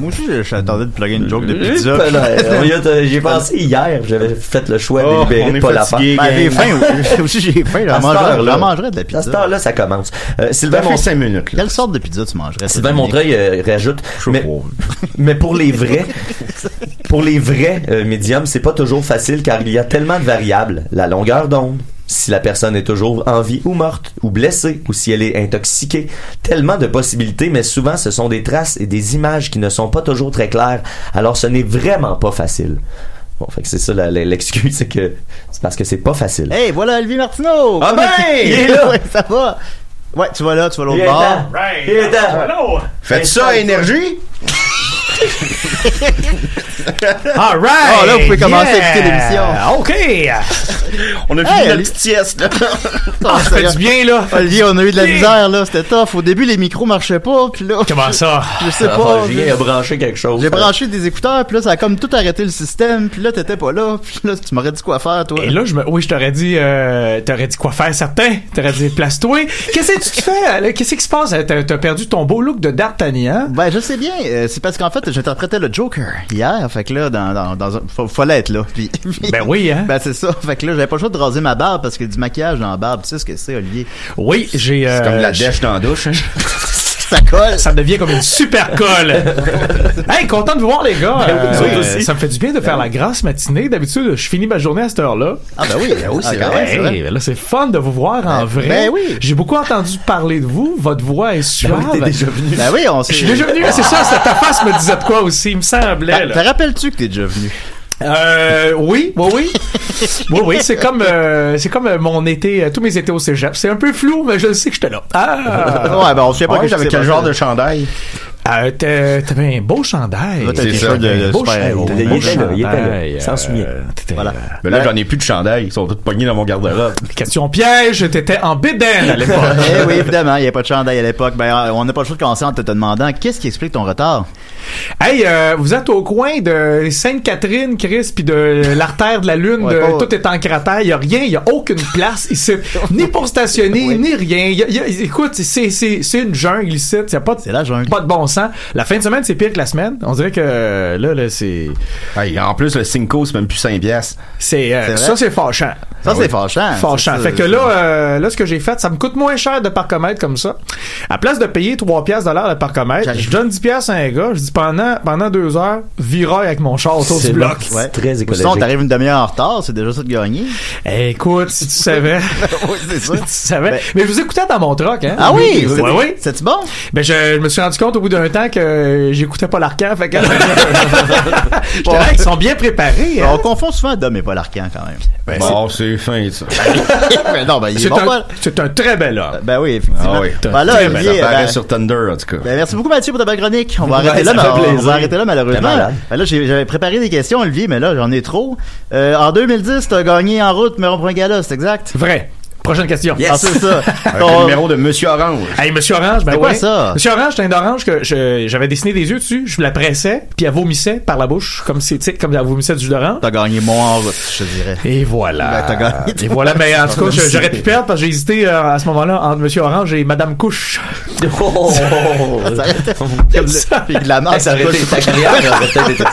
Moi aussi, je- j'attendais de plugger une joke de Euh, pizza. pas là. On y a- J'ai pensé hier, j'avais fait le choix Oh, de on libérer de est Paul fatigué, Laporte. Ben, j'ai gang. faim, oui. aussi j'ai faim, À j'en cette mangerais, heure-là. j'en mangerais de la pizza. À cette heure-là, ça commence. Euh, Sylvain, Ça fait Mon- cinq minutes, là. Quelle sorte de pizza tu mangerais? Sylvain Dominique? Montreuil euh, rajoute mais, mais pour les vrais, pour les vrais euh, médiums, c'est pas toujours facile car il y a tellement de variables. La longueur d'onde, si la personne est toujours en vie ou morte, ou blessée, ou si elle est intoxiquée. Tellement de possibilités, mais souvent ce sont des traces et des images qui ne sont pas toujours très claires. Alors ce n'est vraiment pas facile. Bon, fait que c'est ça la- la- l'excuse, c'est que c'est parce que c'est pas facile. Hey, voilà Olivier Martineau! Ah ben! Il est là! Ouais, ça va! Ouais, tu vas là, tu vas Il l'autre est bord. temps. Il est temps. Ben, Faites ça, énergie! All right! Oh, là, vous pouvez commencer à écouter Ah, Yeah! l'émission. OK! On a Hey, fini la allez. petite sieste, là. Ah, Ça fait du bien, là! Olivier, on a eu de la misère, là. C'était tough. Au début, les micros marchaient pas, puis là. Comment ça? Je sais Ah, pas. Julien a branché quelque chose. J'ai branché des écouteurs, puis là, ça a comme tout arrêté le système, puis là, t'étais pas là, puis là, tu m'aurais dit quoi faire, toi. Et là, je me... oui, je t'aurais dit, euh, t'aurais dit quoi faire, certain. T'aurais dit, place-toi. Qu'est-ce que tu te fais? là? Qu'est-ce qui se passe? T'as t'as perdu ton beau look de D'Artagnan. Ben, je sais bien. euh, c'est parce qu'en fait, j'interprétais le Joker hier. Fait que là, dans, dans, dans un, faut- fallait être là. Puis, Ben oui, hein? ben, c'est ça. Fait que là, j'avais pas le choix de raser ma barbe parce que du maquillage dans la barbe, tu sais ce que c'est, Olivier. Oui, j'ai... euh, C'est comme la je- dèche dans la douche, hein. Ça colle. Ça me devient comme une super colle. hey, content de vous voir, les gars. Euh, oui, euh, aussi. ça me fait du bien de faire la grasse matinée. D'habitude, je finis ma journée à cette heure-là. Ah, ben oui, ben oui, c'est Ah, vrai. c'est vrai. Hey, là, c'est fun de vous voir en Ah, vrai. ben oui. J'ai beaucoup entendu parler de vous. Votre voix est suave. venu. Ben oui, on s'est. Je suis déjà venu, c'est ça, c'est- ta face me disait de quoi aussi, il me semblait. Te Là. rappelles-tu que t'es déjà venu? Euh, oui, oui, oui. Oui, oui, c'est comme, euh, c'est comme euh, mon été, euh, tous mes étés au cégep. C'est un peu flou, mais je sais que j'étais là. Ah! ouais, ben on sait pas Ouais, que j'avais quel genre de chandail? Euh, t'as- T'avais un beau chandail. Là, t'as C'est le ça, t-shirt de, de beau super chandail. héros. Il était là, il était là. Chandail, Il s'en euh, souvient. t'étais- Voilà. Mais là, j'en ai plus de chandail. Ils sont tous pognés dans mon garde-robe. Question piège, t'étais en bédaine à l'époque. Eh oui, évidemment, il n'y avait pas de chandail à l'époque. Ben, euh, on n'a pas le choix de commencer en te te demandant qu'est-ce qui explique ton retard? hey, euh, vous êtes au coin de Sainte-Catherine, Chris, puis de l'artère de la Lune. Ouais, de- pas- Tout est en cratère, il y a rien, il y a aucune place ici. Ni pour stationner, Oui. ni rien. Y a- y a- écoute, c'est- c'est c'est une jungle ici. Il a pas de, C'est la jungle. pas de bon sens. La fin de semaine, c'est pire que la semaine. On dirait que euh, là, là c'est... Hey, en plus, le Cinco, c'est même plus 5 piastres. c'est euh, C'est vrai? ça, c'est fâchant. Ça, c'est fâchant. Fâchant. Ça, Fait que ça- là, euh, là, ce que j'ai fait, ça me coûte moins cher de parcomètre comme ça. À place de payer 3 piastres de l'heure le parcomètre, je donne 10 piastres à un gars, je dis pendant, pendant deux heures, viraille avec mon char autour C'est du bloc. bon. C'est très Ou Sinon, écologique. t'arrives une demi-heure en retard, c'est déjà ça de gagner. Eh, écoute, si tu savais. oui, c'est ça. si tu savais. Ben- Mais je vous écoutais dans mon truck, hein. Ah oui, oui, c'est- oui. c'est-tu bon? Ben, je, je me suis rendu compte au bout d'un temps que euh, j'écoutais pas l'arcan, fait que. je te dirais qu'ils sont bien préparés, hein. On confond souvent Dom et Paul Arcan quand même. Ben, Bon, c'est fin, ça. Ben non, ben il est C'est bon, un, Paul. c'est un très bel homme. Ben oui, effectivement. Ah oui. Ben là, Ben, Olivier, ça paraît ben- sur Thunder, en tout cas. ben, merci beaucoup Mathieu pour ta belle chronique. On va Ouais, arrêter ça là, fait mais on- on, plaisir. va arrêter là malheureusement. T'es malade. Ben là, j'ai- j'avais préparé des questions Olivier, mais là j'en ai trop. Euh, en 2010, t'as gagné en route Meron pour un gala, c'est exact. Vrai. Prochaine question. Ah, c'est ça. Avec Ton- le numéro de Monsieur Orange. Hey, Monsieur Orange, ben C'est quoi ouais. ça? Monsieur Orange, c'est un orange que je- j'avais dessiné des yeux dessus, je la pressais, puis elle vomissait par la bouche, comme si, tu sais, comme elle vomissait du jus d'orange. T'as gagné mon en route, je te dirais. Et voilà. Ben, t'as gagné. Et voilà, mais en tout cas, je- j'aurais pu perdre parce que j'ai hésité euh, à ce moment-là entre Monsieur Orange et Madame Couche. Oh! Ça aurait été- Comme ça. Puis de la marque, Hey, ça aurait été ta carrière, aurait peut-être été- ça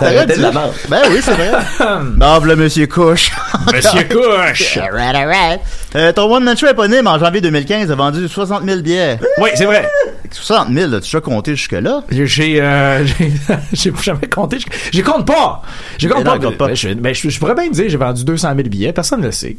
Ça aurait aurait été de dû. la merde. Ben oui, c'est vrai. Non, le monsieur couche. Monsieur Couche! Alright, alright. Euh, ton One Man Show éponyme en janvier 2015 a vendu 60 000 billets. Oui, c'est vrai. 60 000, là, tu as déjà compté jusque-là. J'ai, euh, j'ai, j'ai jamais compté. J'ai- J'y compte pas. J'y Mais compte non, pas. compte pas. Ben, Mais je, mais je- je pourrais bien dire, j'ai vendu 200 000 billets. Personne ne le sait.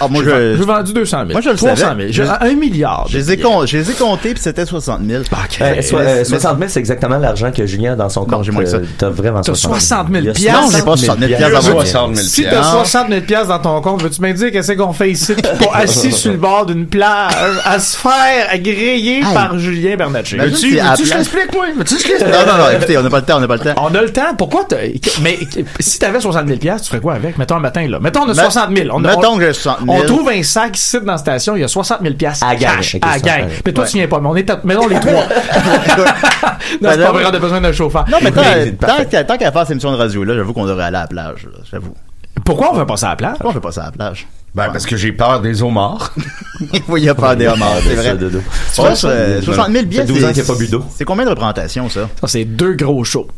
Ah, moi, J'ai je- ven- j'ai vendu 200 000. Moi, je le 300 000. savais. J'ai- Je- Un milliard. Je les ai, com- je les ai comptés, puis c'était 60 000. Bah, Euh, so- euh, Mais- 60 000, c'est exactement l'argent que Julien a dans son compte. j'ai moins que ça. Euh, T'as vraiment T'as 60 60 000 000 piastres. Non, j'ai pas 60 000 piastres dans mon 60 000 Si t'as piastres. 60 000 piastres dans ton compte, veux-tu me dire qu'est-ce qu'on fait ici? Pas assis sur le bord d'une plage, à se faire griller Aïe. par Julien Bernatchez. Imagine si à la place- moi? Veux-tu que je l'explique? Non, non, non, écoutez, on n'a pas le temps, on n'a pas le temps. On a le temps. Pourquoi t'as... que- Mais que- si t'avais 60 000 piastres, tu ferais quoi avec? Mettons un matin, là. Mettons, on Me- a 60 000. On a- mettons on- que j'ai 60 000. On trouve un sac ici dans la station, il y a 60 000 piastres. À gang, cash, ok, À c'est gang. ça. Mais toi, tu viens pas. Mais on est... à- Mettons les trois. non, c'est pas vrai, on a besoin d'un chauffeur. Non, mais tant, Mais- tant parfait. qu'à- tant qu'à faire cette émission de radio-là, j'avoue qu'on devrait aller à la plage, là, j'avoue. Pourquoi on veut passer à la plage? Pourquoi on fait pas ça à la plage? Ben, parce que j'ai peur des homards. Il voyait pas des homards, c'est vrai. Dodo. Tu vois, euh, 60 000 billets, Ça fait 12 ans qu'il n'y a pas bu d'eau. C'est combien de représentation, ça? Ça, c'est deux gros shows.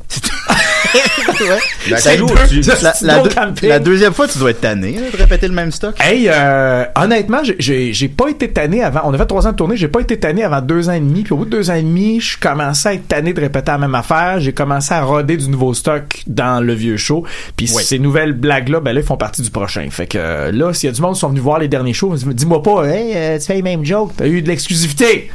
La C'est caloue, deux- tu- c'est La, la bon deux- camping. la deuxième fois, tu dois être tanné là, de répéter le même stock. Hey, euh, honnêtement, j'ai- j'ai j'ai pas été tanné avant. On a fait trois ans de tournée, j'ai pas été tanné avant deux ans et demi. Puis au bout de deux ans et demi, je commençais à être tanné de répéter la même affaire. J'ai commencé à roder du nouveau stock dans le vieux show. Puis ces nouvelles blagues-là, ben là, ils font partie du prochain. Fait que euh, là, s'il y a du monde qui sont venus voir les derniers shows, dis-moi pas, hey, euh, tu fais les mêmes jokes, t'as eu de l'exclusivité.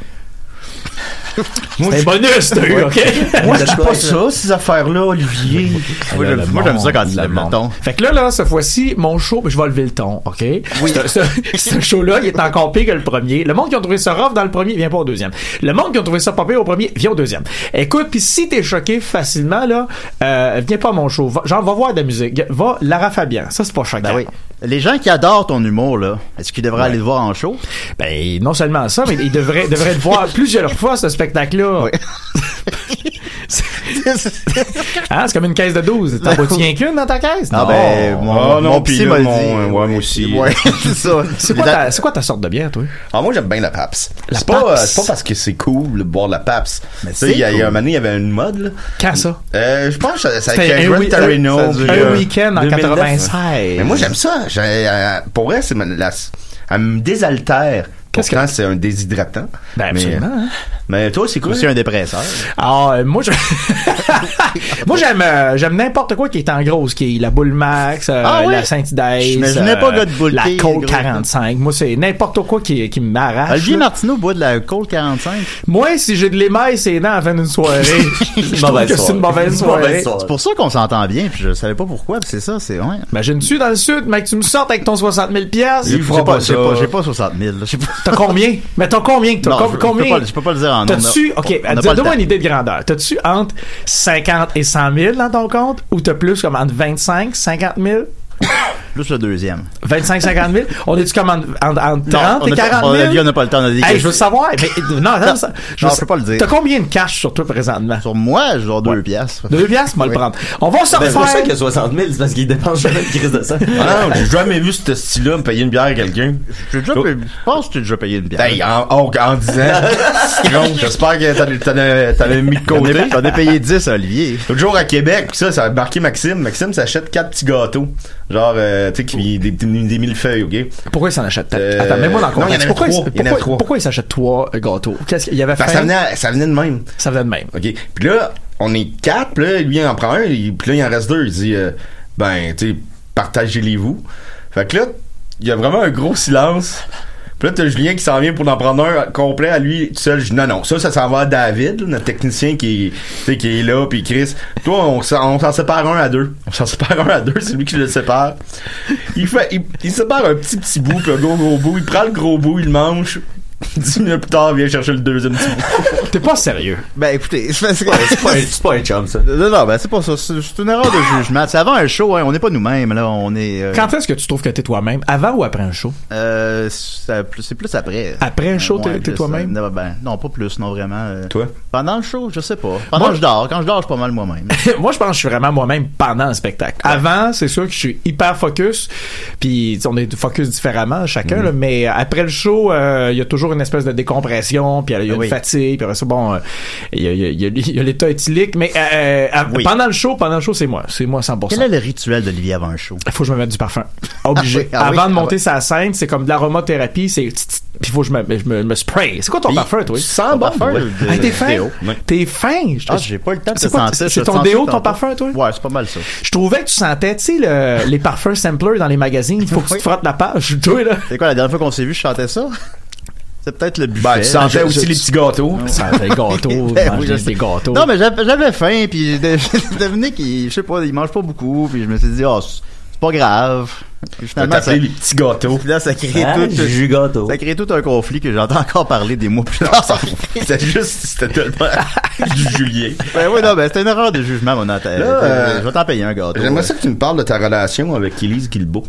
C'est un bonus, t'as eu, ok? Moi, je dis pas ça, ces affaires-là, Olivier. Moi, j'aime- moi, j'aime ça quand tu le lèves le monde. ton. Fait que là, là, cette fois-ci, mon show, je vais lever le ton, OK? Ce- ce- ce show-là, il est encore pire que le premier. Le monde qui a trouvé ça rough dans le premier, vient pas au deuxième. Le monde qui a trouvé ça pas pire au premier, vient au deuxième. Écoute, puis si t'es choqué facilement, là, euh, viens pas à mon show. Va- genre, va voir de la musique. Va Lara Fabian. Ça, c'est pas choquant. Ben oui. Les gens qui adorent ton humour, là, est-ce qu'ils devraient aller le voir en show? Ben, non seulement ça, mais il devrait, devrait le voir plusieurs fois, ce spectacle-là. Oui. Hein, c'est comme une caisse de 12. T'en vois-tu rien qu'une dans ta caisse? Ah Non. ben, mon, Ah non, mon puis psy là, m'a dit. mon- ouais, moi aussi. Ouais, c'est ça. C'est quoi, ta- c'est quoi ta sorte de bière, toi? Ah, moi, j'aime bien la PAPS. La C'est pas, euh, Pabst. c'est pas parce que c'est cool de boire de la PAPS. Mais Tu sais, il y a, c'est il y a un cool. moment donné, il y avait une mode, là. Quand ça? Euh, je pense que ça, ça C'était avec un Gran week- Torino, un- puis, un euh, week-end en 2009. 96. Mais moi, j'aime ça. J'ai, euh, pour vrai, c'est ma- la, elle me désaltère. Qu'est-ce Pourtant, c'est un déshydratant. mais, Ben, absolument, hein. mais toi, c'est quoi? C'est un dépresseur. Ah, euh, moi, je... moi j'aime euh, j'aime n'importe quoi qui est en grosse, qui est la boule max, euh, Ah oui? la sainte Je Je m'imaginais pas gars de Bull la Tea, Colt gros. 45. Moi, c'est n'importe quoi qui, qui m'arrache. Olivier là. Martineau boit de la Cold 45. Moi, si j'ai de l'émail, c'est non avant une soirée. je trouve Mauvaise que c'est une soirée. mauvaise soirée. C'est pour ça qu'on s'entend bien, puis je savais pas pourquoi, puis c'est ça, c'est ouais. Imagine-tu dans le sud, mec, tu me sortes avec ton 60 000 Il piastres. fera J'ai pas pas, ça. j'ai pas, j'ai pas 60 000. là, j'ai pas- T'as combien? Mais t'as combien que t'as? Non, Com- je- je peux combien? pas- je peux pas le dire en nombre. T'as-tu, On- ok, on n'a pas le donne-moi temps. une idée de grandeur. T'as-tu entre 50 et 100 000 dans ton compte ou t'as plus comme entre 25, 50 000? Plus le deuxième. 25, 50 000? On est-tu comme entre, entre- entre 30 on et a pas- 40 on 000? a dit, on n'a pas le temps, on a dit Hey, que- je veux savoir. Mais, non, attends, ça- non, veux- je peux pas le dire. T'as combien de cash sur toi présentement? Sur moi, genre deux piastres. Deux piastres, moi le prendre. On va se Ben, c'est pour ça refaire. qu'il y a 60 000, c'est parce qu'il dépense jamais de crise de ça. Ah non, j'ai jamais vu ce style-là me payer une bière à quelqu'un. J'ai Oh. déjà payé- Je pense que tu as déjà payé une Ben, bière. Hey, en, oh, en 10 ans. Citron, J'espère que t'en- t'en as- t'en as mis de T'en côté. as- t'en as payé 10, Olivier. L'autre jour à Québec, ça, ça a marqué Maxime. Maxime s'achète quatre petits gâteaux. Genre, euh, tu sais, qui- des, des, des millefeuilles, ok? Pourquoi il s'en achète peut Euh, Attends, mets-moi dans le non, il y en contexte. avait Pourquoi, trois. Il y en avait pourquoi- trois. pourquoi il s'achète trois euh, gâteaux? Qu'est-ce qu'il y avait Parce que ça faim? venait, à- ça venait de même. Ça venait de même. OK. Puis là, on est quatre, puis là, lui, il en prend un, il- puis là, il en reste deux. Il dit, euh, ben, tu sais, partagez-les-vous. Fait que là, il y a vraiment un gros silence. Puis là, t'as Julien qui s'en vient pour en prendre un complet à lui tout seul. Je dis, non, non, ça, ça s'en va à David, là, notre technicien qui, est- tu sais, qui est là, puis Chris. Toi, on s'en on s'en sépare un à deux. On s'en sépare un à deux, c'est lui qui le sépare. Il fait, il, il sépare un petit petit bout, puis un gros gros bout. Il prend le gros bout, il le mange. Dix minutes plus tard, il vient chercher le deuxième petit bout. T'es pas sérieux. Ben écoutez, c'est parce que- C'est pas un- c'est pas un chum, ça. Non, non, ben c'est pas ça. C'est c'est une erreur de jugement. C'est avant un show, hein. On n'est pas nous-mêmes, là. On est. euh, Quand est-ce que tu trouves que t'es toi-même? Avant ou après un show? euh, ça- c'est plus après. Après un show, Ouais, t'es- t'es plus, toi-même? euh, Non, ben, non, pas plus, non, vraiment. euh, Toi? Pendant le show, je sais pas. Pendant Moi- que je dors. Quand je dors, je suis pas mal moi-même. moi, je pense que je suis vraiment moi-même pendant le spectacle. Avant, c'est sûr que je suis hyper focus, puis tu sais, on est focus différemment chacun, là, mais après le show, euh, il y a toujours toujours une espèce de décompression, puis il y a une Oui. fatigue, puis après ça, bon, euh, il y a- il y a- il y a- il y a l'état éthylique, mais euh, euh, Oui. pendant le show, pendant le show, c'est moi, c'est moi 100%. Quel est le rituel d'Olivier avant un show? Il faut que je me mette du parfum. Obligé. Ah oui, ah oui, Avant de ah monter oui. sa scène, c'est comme de l'aromathérapie, c'est. tss, tss, Puis il faut que je me, je me, je me spray. C'est quoi ton Puis, parfum, toi? tu sens bon, Parfum euh, ouais. de- Hey, t'es fin? Déo, ouais. T'es fin? Je- Ah, j'ai pas eu le temps de C'est te quoi, sentir. c'est je te ton sentais déo, ton tantôt. parfum, toi? Ouais, c'est pas mal ça. Je trouvais que tu sentais, tu sais, le- les parfums samplers dans les magazines. Il faut que tu te frottes la page. Toi, là. C'est quoi, la dernière fois qu'on s'est vu, je chantais ça? C'est peut-être le buffet. Ben, tu sentais aussi les petits gâteaux. Oh, Ça fait gâteau, Ben manger oui, je des sais. gâteaux. Non, mais j'avais j'avais faim, puis de- Dominique, il, je sais pas, il mange pas beaucoup, puis je me suis dit, oh, c'est c'est pas grave. T'as Puis finalement, ça, appelé les petits gâteaux. puis là, ça crée Ah, tout. jus gâteau. Ça crée tout un conflit que j'entends encore parler des mois plus tard. C'était juste, c'était tellement du Julien. ben oui, non, ben c'était une erreur de jugement, mon antenne. Là, euh, Je vais t'en payer un gâteau. J'aimerais ça que tu me parles de ta relation avec Elise Guilbeault.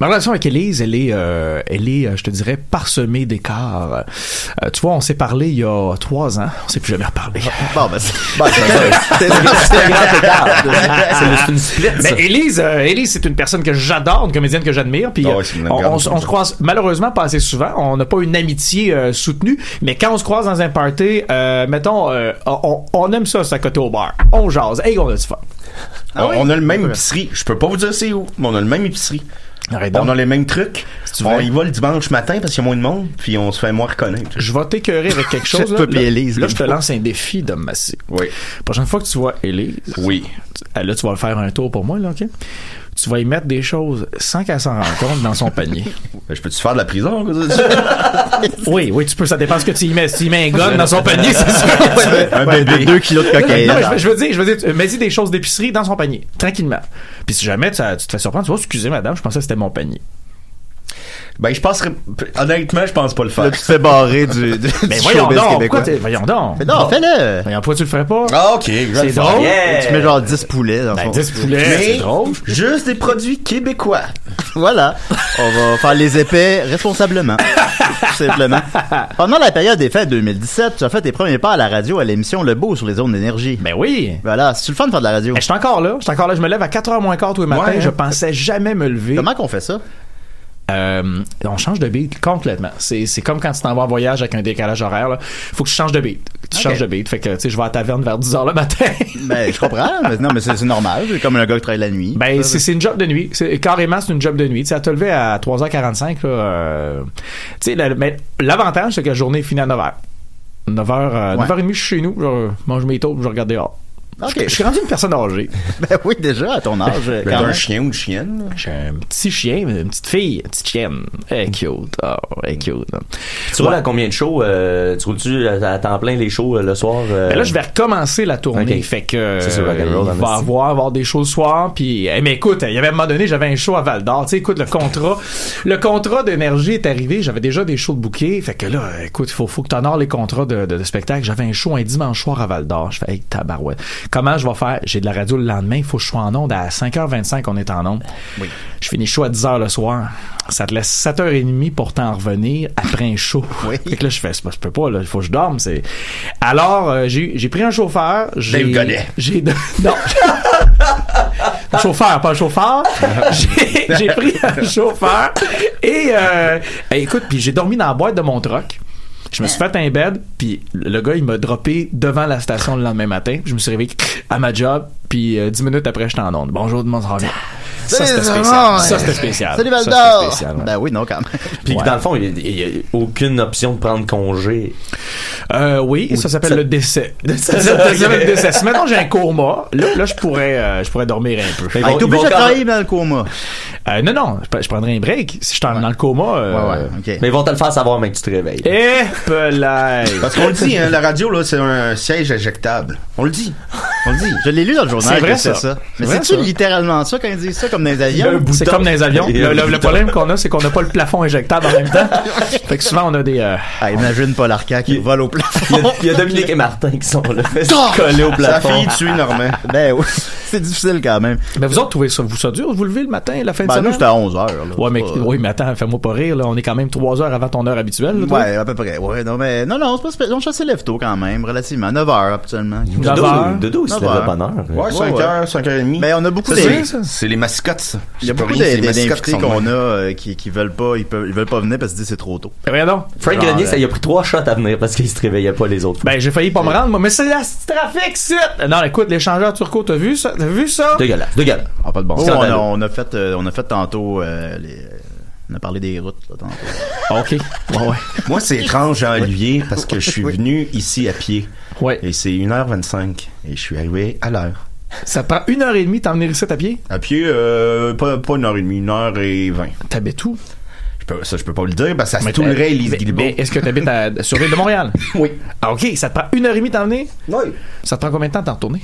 Ma relation avec Elise, elle est, euh, elle est, euh, je te dirais, parsemée d'écarts. Euh, tu vois, on s'est parlé il y a trois ans. On s'est plus jamais reparlé. Bon, ben, c'est- Bah, c'est un- c'est c'est- grand écart. C'est le- c'est une split, Mais ça. Élise, euh, Élise, c'est une personne que j'adore, une comédienne que j'admire. Puis Ah ouais, euh, c'est une on, grande on se- on se croise malheureusement pas assez souvent. On n'a pas une amitié euh, soutenue, mais quand on se croise dans un party, euh, mettons, euh, on, on aime ça, ça côté au bar. On jase. Hey, on a du fun. on, on a le même épicerie. Je peux pas vous dire c'est où, mais on a le même épicerie. Arrête On donc. a les mêmes trucs. tu on veux. y va le dimanche matin parce qu'il y a moins de monde, puis on se fait moins reconnaître. Je vais t'écœurer avec quelque chose. là. Toi puis Là- Élise, là, je te Guilbeault. lance un défi de massé. Oui. Prochaine fois que tu vois Élise, Oui. Ah, Là, tu vas faire un tour pour moi, là, OK? Tu vas y mettre des choses sans qu'elle s'en rende compte dans son panier. Ben, Je peux-tu faire de la prison? Oui, oui, tu peux, ça dépend ce que tu y mets. Si tu y mets un gun dans son panier, c'est sûr. Un ouais, bébé. de 2 kilos de cocaïne. Non, mais je, veux- je veux dire, je veux dire, euh, mets-y des choses d'épicerie dans son panier, tranquillement. Puis si jamais ça- tu te fais surprendre, tu vois, excusez madame, je pensais que c'était mon panier. Ben, je penserais. Honnêtement, je pense pas le Là, faire. tu te fais barrer du, du, Mais du voyons showbiz donc, pourquoi québécois. t'es- voyons donc. Mais non, fais-le! Voyons, pourquoi tu le ferais pas? Ah, ok. je vais le c'est faire. drôle. Yeah. Tu mets genre 10 poulets dans Ben, son- 10 poulets, Mais c'est drôle. juste des produits québécois. Voilà. On va faire les épais responsablement. Tout simplement. Pendant la période des fêtes 2017, tu as fait tes premiers pas à la radio à l'émission Le Beau sur les ondes d'énergie. Ben oui. Voilà, c'est le fun de faire de la radio. Ben, Je suis encore là, je suis encore là, je me lève à 4h moins quart tous les matins, Ouais, hein. je pensais jamais me lever. Comment qu'on fait ça? Euh, on change de beat complètement. C'est, c'est comme quand tu t'en vas en voyage avec un décalage horaire. Là. Faut que tu changes de beat. Tu changes de beat. Fait que, tu sais, je vais à la taverne vers 10h le matin. Ben, je comprends. mais non, mais c'est c'est normal. C'est comme un gars qui travaille la nuit. ben, c'est, c'est une job de nuit. C'est, carrément, c'est une job de nuit. Tu sais, à te lever à 3h45, là, euh, tu sais, la- mais l'avantage, c'est que la journée finit à 9h. 9h, euh, Ouais. 9h30, je suis chez nous. Je mange mes taupes, je regarde dehors. Ok. Je, je suis rendu une personne âgée. Ben oui, déjà, à ton âge, quand Ben, d'un même. chien ou une chienne. J'ai un petit chien, une petite fille, une petite chienne. Elle est cute. Oh, elle est cute. Tu roules à combien de shows? euh, tu roules-tu à, à temps plein les shows euh, le soir? euh? Ben là, je vais recommencer la tournée. Ok. Fait que euh, C'est sur Rock'n'Roll, il va Amnesty. avoir, avoir des shows le soir. Puis, eh, mais écoute, il y avait un moment donné, j'avais un show à Val d'Or. Tu sais, écoute, le contrat, le contrat d'énergie est arrivé. J'avais déjà des shows de bouquets. Fait que là, écoute, il faut, faut que tu honores les contrats de, de, de spectacle. J'avais un show un dimanche soir à Val d'Or. Je fais, hey, tabarouette. Comment je vais faire? J'ai de la radio le lendemain. Il faut que je sois en onde. À 5h25, on est en onde. Je finis chaud à 10h le soir. Ça te laisse 7h30 pour t'en revenir après un show. Oui. Fait que là, je fais, c'est pas- je peux pas, là, il faut que je dorme. C'est... Alors, euh, j'ai, j'ai pris un chauffeur. J'ai, Dave Godet. J'ai, de- non. un chauffeur, pas un chauffeur. j'ai, j'ai pris un chauffeur. Et, euh, écoute, puis j'ai dormi dans la boîte de mon truck. Je me suis fait un bed, puis le gars, il m'a droppé devant la station le lendemain matin. Je me suis réveillé à ma job, puis euh, dix minutes après, j'étais en onde. Bonjour, tout le monde, ça va bien. Ça, c'était Salut, spécial. Simon. Ça, c'était spécial. Salut, Ça, Val c'était d'Or! spécial, ouais. Ben oui, non, quand même. Puis Ouais. dans le fond, il n'y a, aucune option de prendre congé. Euh, oui, ça s'appelle ça- le décès. Ça s'appelle le décès. Si maintenant j'ai un coma, là, là, je pourrais, euh, je pourrais dormir un peu. Mais Ah, bon, t'es obligé ils de vont quand travailler même- dans le coma. Euh, non, non, je, je prendrais un break. Si je suis dans dans le coma, euh, OK. Mais ils vont te le faire savoir, mais que tu te réveilles. Eh, pelaye. Parce qu'on le dit, hein, la radio, là, c'est un siège éjectable. On le dit. On le dit. Je l'ai lu dans le journal. C'est vrai, que c'est ça. C'est Mais vrai, c'est-tu ça. littéralement ça quand ils disent ça, comme dans les avions? C'est comme dans les avions. Il y a Le, un le- le bouton. problème qu'on a, c'est qu'on n'a pas le plafond éjectable en même temps. fait que souvent, on a des... euh, Ah, imagine Paul Arca qui vole au plafond. Il y, a, il y a Dominique et Martin qui sont là, collés au Sa plafond. fille tue Normand. Ben oui. c'est difficile quand même. Mais Ben, vous autres, trouvez ça, vous ça dur, vous levez le matin, la fin de Ben, nous, semaine? c'était à 11 h ouais, mais, oui, mais attends, fais-moi pas rire, là. On est quand même trois heures avant ton heure habituelle, là, toi. Ouais, à peu près. Ouais, non, mais non, non, c'est pas spécial. On chasse lève tôt quand même, relativement. 9 h habituellement. Neuf heures. Dodo, il se Neuf lève heures. à bonne heure. hein. Ouais, 5h, 5h30. Mais Ben, on a beaucoup Ça, des- c'est- C'est les mascottes. ça. Il y a C'est pas beaucoup rien, c'est des- les des- mascottes d'invités qui sont qu'on a de même. euh, qui, qui veulent pas, ils peuvent, ils veulent pas venir parce qu'ils disent c'est trop tôt. Rien donc. Frank Genre, Grenier, euh, ça y a pris trois shots à venir parce qu'il se réveillait pas les autres. fois. Ben, j'ai failli pas me rendre, moi, mais c'est la petite trafic, c'est! Non, écoute, l'échangeur turco, t'as vu ça? T'as vu ça? dégueulasse, dégueulasse. Ah, pas de bon. sens. on, a, Scandaleux. on a fait, euh, on a fait tantôt euh, les. On a parlé des routes là, tantôt. OK. Ouais, ouais. Moi, c'est étrange, Jean-Olivier, parce que je suis venu ici à pied. Ouais. Et c'est 1h25. Et je suis arrivé à l'heure. Ça prend une heure et demie t'emmener ici à pied? À pied, euh, pas, pas une heure et demie, une heure et vingt. T'habites où? Je peux, ça, je peux pas le dire, parce que ça se toulerait, Elise Mais- Guilbeault. mais Est-ce que t'habites à, sur l'île de Montréal? Oui. Ah, OK. Ça te prend une heure et demie t'emmener? Oui. Ça te prend combien de temps de t'en retourner?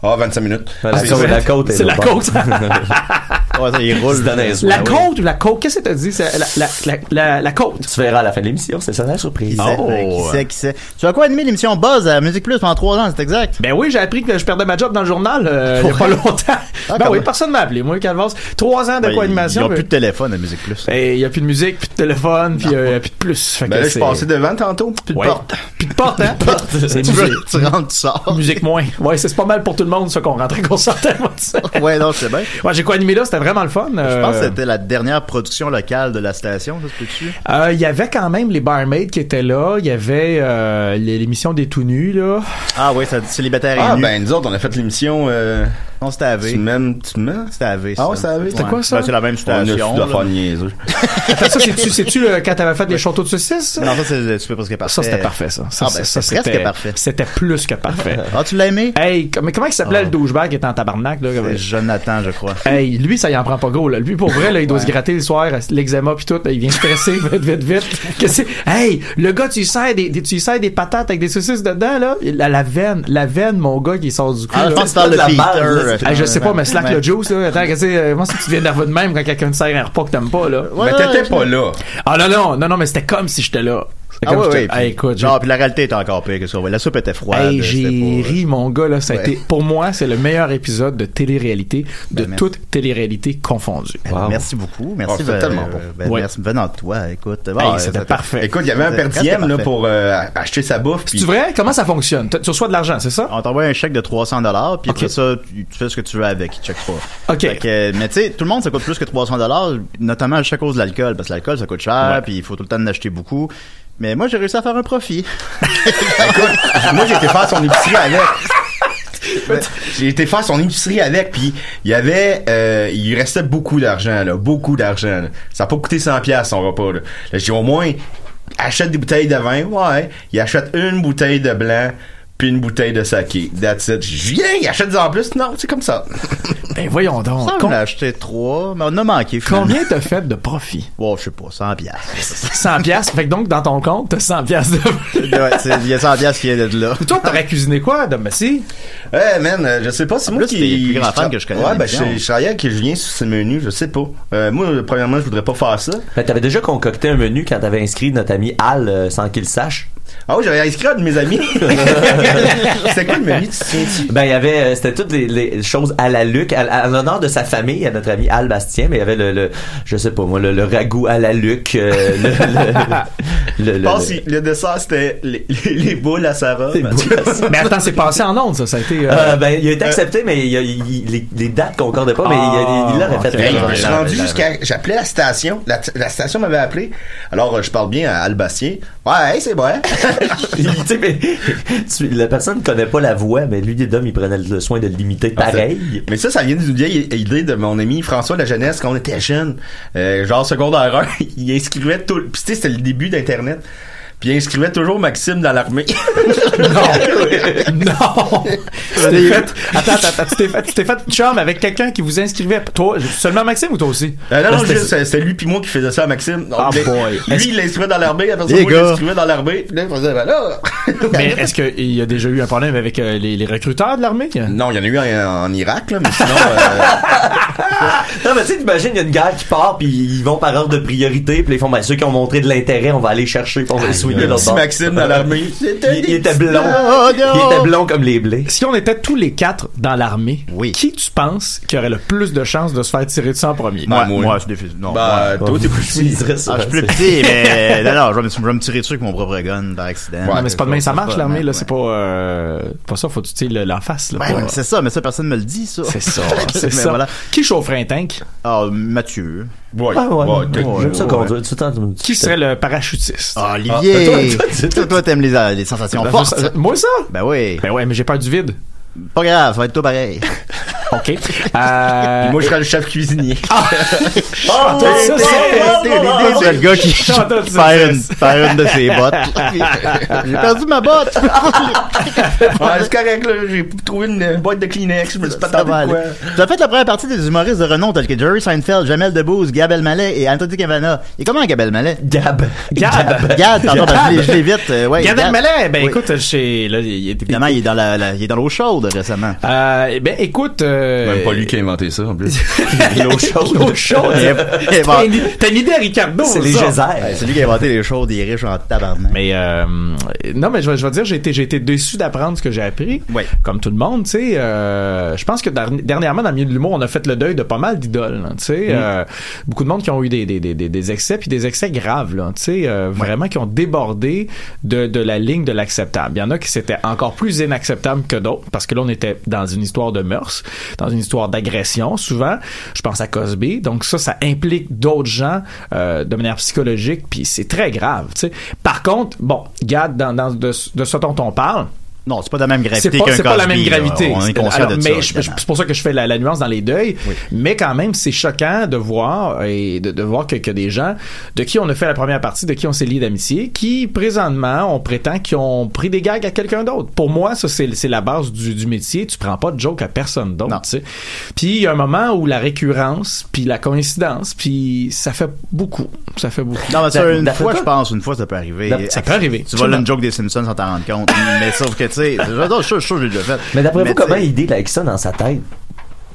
Ah, 25 minutes. Ah, c'est la côte. Ben C'est la côte. Ah, Ouais, ça, ils roulent. la côte ou la côte? Qu'est-ce que t'as dit? C'est La, la, la, la, la côte. Oh. Tu verras à la fin de l'émission, c'est ça la Qui surprise. sait, euh, qui sait, qui sait. Tu as quoi animé l'émission Buzz à Musique Plus pendant 3 ans, c'est exact. Ben oui, j'ai appris que je perdais ma job dans le journal euh, il y a pas Ah, longtemps. ben quand oui, même. personne m'a appelé. Moi, Calvas, trois ans de Ben, ils- co-animation. Ils ont mais- plus de téléphone à Musique Plus. Et il y a plus de musique, plus de téléphone, puis euh, plus de plus. Fait Ben que là, je c'est- suis passé devant tantôt. Puis Ouais. Plus de porte, hein? C'est tu, musique. veux- tu rentres, tu sors. Musique moins. Ouais, c'est c'est pas mal pour tout le monde, ça qu'on rentrait, qu'on sortait. moi, tu sais. ouais, non, je sais bien. Ouais, j'ai co-animé là, c'était vraiment le fun. Je euh, pense que c'était la dernière production locale de la station, ça se peut-tu? euh, Il y avait quand même les barmaids qui étaient là, il y avait euh, les- l'émission des tout nus, là. Ah oui, ça dit célibataire Ah, et nu. ben, nous autres, on a fait l'émission, euh, Non, c'était à V. tu m'aimes, tu me mens? C'était à V, Ah ouais, c'était à V. C'était quoi, ça? Ben, c'est la même On a su station. de faire là. niaiseux. Attends, ça, c'est-tu, c'est-tu euh, quand t'avais fait les châteaux de saucisses? ça? Non, ça, c'est le super presque parfait. Ça, c'était parfait, ça. ça Ah, ben, ça, c'est presque c'était- parfait. C'était plus que parfait. Ah, tu l'as aimé? Ah. hey, com- mais comment il s'appelait le douchebag qui était en tabarnak, là? comme- C'est Jonathan, je crois. Hey, lui, ça y en prend pas gros, là. Lui, pour vrai, là, il doit se gratter le soir, l'eczéma pis tout. Il vient stresser, vite, vite, vite. Qu'est-ce que c'est? Hey, le gars, tu lui sers des, des- tu lui sers des patates avec des saucisses dedans, là. La, la veine, la veine, mon gars, qui sort du cul. Ah, là. je pense que tu parles la de base, là, Peter. Hey, je sais pas, mais slack Ouais. le juice, là. Attends, qu'est-ce que c'est? Comment ça, tu deviens nerveux de même quand quelqu'un te sert un repas que t'aimes pas, là? Ouais, Mais ouais, t'étais je- pas là. Ah, non, non, non, non, mais c'était comme si j'étais là. C'était Ah comme ouais, si ouais. j'étais- Hey, écoute, j'ai- Genre, puis la réalité était encore pire que ça. Ouais, La soupe était froide. Hey, j'ai c'était pas- ri, mon gars, là. Ça a Ouais. été, pour moi, c'est le meilleur épisode de télé-réalité, de Ben, merci. Ben, toute télé-réalité confondue. Wow. Merci beaucoup. Merci. Oh, c'était ben, tellement bon. ben, Ouais. Merci venant de toi. Écoute, bon, Hey, euh, c'était t'as- parfait. Écoute, il y avait un C'était presque perdième, là, parfait. pour euh, acheter sa bouffe. puis- C'est vrai? Comment ça fonctionne? Tu tu reçois de l'argent, c'est ça? On t'envoie un chèque de 300 dollars, puis Ok. après ça, tu tu fais ce que tu veux avec. Ils checkent pas. Ok. Fait que, mais tu sais, tout le monde, ça coûte plus que 300 dollars, notamment à chaque cause de l'alcool, parce que l'alcool, ça coûte cher, puis il faut tout le temps en acheter beaucoup. Mais moi, j'ai réussi à faire un profit. Moi, j'ai été faire son épicerie avec. J'ai été faire son épicerie avec, puis il y avait, euh, il restait beaucoup d'argent, là, beaucoup d'argent. là. Ça a pas coûté 100 pièces son repas. Là, là j'ai au moins achète des bouteilles de vin, ouais. Il achète une bouteille de blanc, puis une bouteille de saké. That's it. Je viens, il achète des en plus. Non, c'est comme ça. Ben voyons donc. Ça, on Com- en a acheté trois, mais on en a manqué finalement. combien t'as fait de profit? Wow, je sais pas, 100 piastres. 100 piastres. Fait que donc, dans ton compte, t'as 100 piastres de... Ouais, c'est- Il y a 100 piastres qui viennent de là. Toi, t'aurais cuisiné quoi, Dom Massy? Eh man, euh, je sais pas si moi plus, t'es qui le plus grand fan je- que je connais Ouais, de ben l'émission. je je travaillais avec Julien sur ses menus, je sais pas. Euh, moi premièrement, je voudrais pas faire ça. Ben, t'avais déjà concocté un menu quand t'avais inscrit notre ami Al euh, sans qu'il le sache. Ah oui, j'avais inscrit un de mes amis. C'était quoi le menu, tu te souviens-tu? Ben, il y avait, euh, c'était toutes les, les choses à la Luc, à, à l'honneur de sa famille, à notre ami Al Bastien, mais il y avait le, le je sais pas moi, le, le ragoût à la Luc, euh, le, le, le, le, Je pense que le dessert, c'était les, les- les boules à Sarah. le- Mais attends, c'est passé en ondes, ça. Ça a été... euh, Euh, ben, il a été accepté, mais il y a- il- les, les dates concordaient pas, mais il, il l'aurait Ah, fait. ok. Hey, vraiment. je suis rendu jusqu'à. J'appelais la station. La, la station m'avait appelé. Alors, euh, je parle bien à Albastien. Ouais, hey, c'est hein? vrai. Tu sais, mais, tu- la personne connaît pas la voix, mais lui, Dom, il prenait le soin de l'imiter pareil. Mais ça, ça vient d'une vieille idée de mon ami François de la jeunesse quand on était jeune. Euh, genre secondaire 1, il inscrivait tout. Puis tu sais, c'était le début d'Internet. Puis il inscrivait toujours Maxime dans l'armée. Non! non! Tu t'es fait... Attends, attends, attends, tu t'es fait, tu t'es fait chum avec quelqu'un qui vous inscrivait. Toi, seulement Maxime ou toi aussi? Euh, non, non, C'était- juste, c'est- c'est lui puis moi qui faisait ça à Maxime. Donc, Ah, il- boy. Lui, il l'inscrivait dans l'armée, après ça, Les moi, je gars. l'inscrivais dans l'armée. Puis là, il faisait, ben là... Mais est-ce qu'il y a déjà eu un problème avec euh, les, les recruteurs de l'armée? Non, il y en a eu en, en Irak, là, mais sinon... euh, Non, mais tu sais, t'imagines, il Ah, y a une guerre qui part, puis ils vont par ordre de priorité, puis ils font, ben, ceux qui ont montré de l'intérêt, on va aller chercher, puis on va les souillé l'autre Petit bord. Maxime dans l'armée. Il, il était blond. Oh, non! Il était blond comme les blés. Si on était tous les quatre dans l'armée, Oui. qui tu penses qui aurait le plus de chances de se faire tirer dessus en premier? Moi, moi. Ben, moi, je défuse. Non, ben, Bah, moi. toi, t'es plus Il serait sur Ah, je suis un- plus petit, mais euh, non, non, je vais, me, je vais me tirer dessus avec mon propre gun par accident. non, mais c'est pas demain, ça marche l'armée, là, c'est Ouais, pas, euh, pas ça, faut que tu tires le- l'en face, là. Ouais, pas- mais c'est ça, mais ça, personne me le dit, ça. c'est ça, Mais c'est ça. voilà. Qui chaufferait un tank? Ah, Mathieu. Ouais, Ah ouais, ouais, t'es- J'aime ça ouais. conduire. Tout le temps, tu- Qui serait le parachutiste? Ah, Olivier! toi, toi, t'aimes les, les sensations Ben, fortes. ça- Moi, ça? Ben oui. Ben ouais, mais j'ai peur du vide. Pas grave, ça va être tout pareil. OK. Euh, Moi, je serais le chef cuisinier. Ah, toi, ça, T'es- c'est- t'es- Ah, t'es- t'es le gars qui Chantal qui perd une, perd une de ses bottes. J'ai perdu ma botte! Ah, Ouais, c'est correct, là. J'ai trouvé une boîte de Kleenex. Je me suis pas Ça va tardé de quoi. aller. Tu as fait la première partie des humoristes de renom tels que Jerry Seinfeld, Jamel Debbouze, Gab Elmaleh et Anthony Cavana. Et comment Gab Mallet? Gab. Gab. Gab, pardon, parce que je l'ai- je l'ai vite. euh, ouais, Gad Elmaleh, ben Oui. écoute, chez, là, il est Évidemment, il est dans la, la- il est dans l'eau chaude récemment. Euh, ben écoute, euh, Même pas lui qui a inventé ça, en plus. l'eau chaude, l'eau chaude. Et- et T'as bon, une, t'as une idée à Ricardo, C'est les ça. ouais, geysers. c'est lui qui a inventé les chaudes, il est riche en tabarnak. Mais euh, non, mais je vais, je vais dire, j'ai été, j'ai été déçu d'apprendre ce que j'ai appris. Ouais. Comme tout le monde, tu sais. euh, je pense que dar- dernièrement, dans le milieu de l'humour, on a fait le deuil de pas mal d'idoles. hein, tu sais, Mm. euh, beaucoup de monde qui ont eu des, des, des, des- des excès, puis des excès graves, là, tu sais, euh, vraiment qui ont débordé de, de la ligne de l'acceptable. Il y en a qui c'était encore plus inacceptable que d'autres, parce que là, on était dans une histoire de mœurs, dans une histoire d'agression, souvent. Je pense à Cosby. Donc ça, ça implique d'autres gens euh, de manière psychologique, puis c'est très grave, tu sais. Par contre, bon, Gad, dans, dans- de, de ce dont on parle, Non, c'est pas de la même c'est gravité pas, qu'un c'est pas la même Cosby, là. gravité. On est C'est- conscient alors, de ça. mais je- je- évidemment. c'est pour ça que je fais la, la nuance dans les deuils. Mais quand même, c'est choquant de voir et de, de voir que, que des gens de qui on a fait la première partie, de qui on s'est lié d'amitié, qui présentement on prétend qu'ils ont pris des gags à quelqu'un d'autre. Pour moi, ça c'est c'est la base du, du métier. Tu prends pas de joke à personne Non. d'autre. tu sais. Puis il y a un moment où la récurrence, puis la coïncidence, puis ça fait beaucoup. Ça fait beaucoup. Non, mais ça, Da- une da- fois, da- je pense, une fois, ça peut arriver. Ça peut arriver. Tu vois là une joke des Simpsons sans t'en rendre compte. mais sauf que, tu sais, je suis sûr que j'ai déjà fait. Mais d'après vous, tu sais, comment il deal avec ça dans sa tête?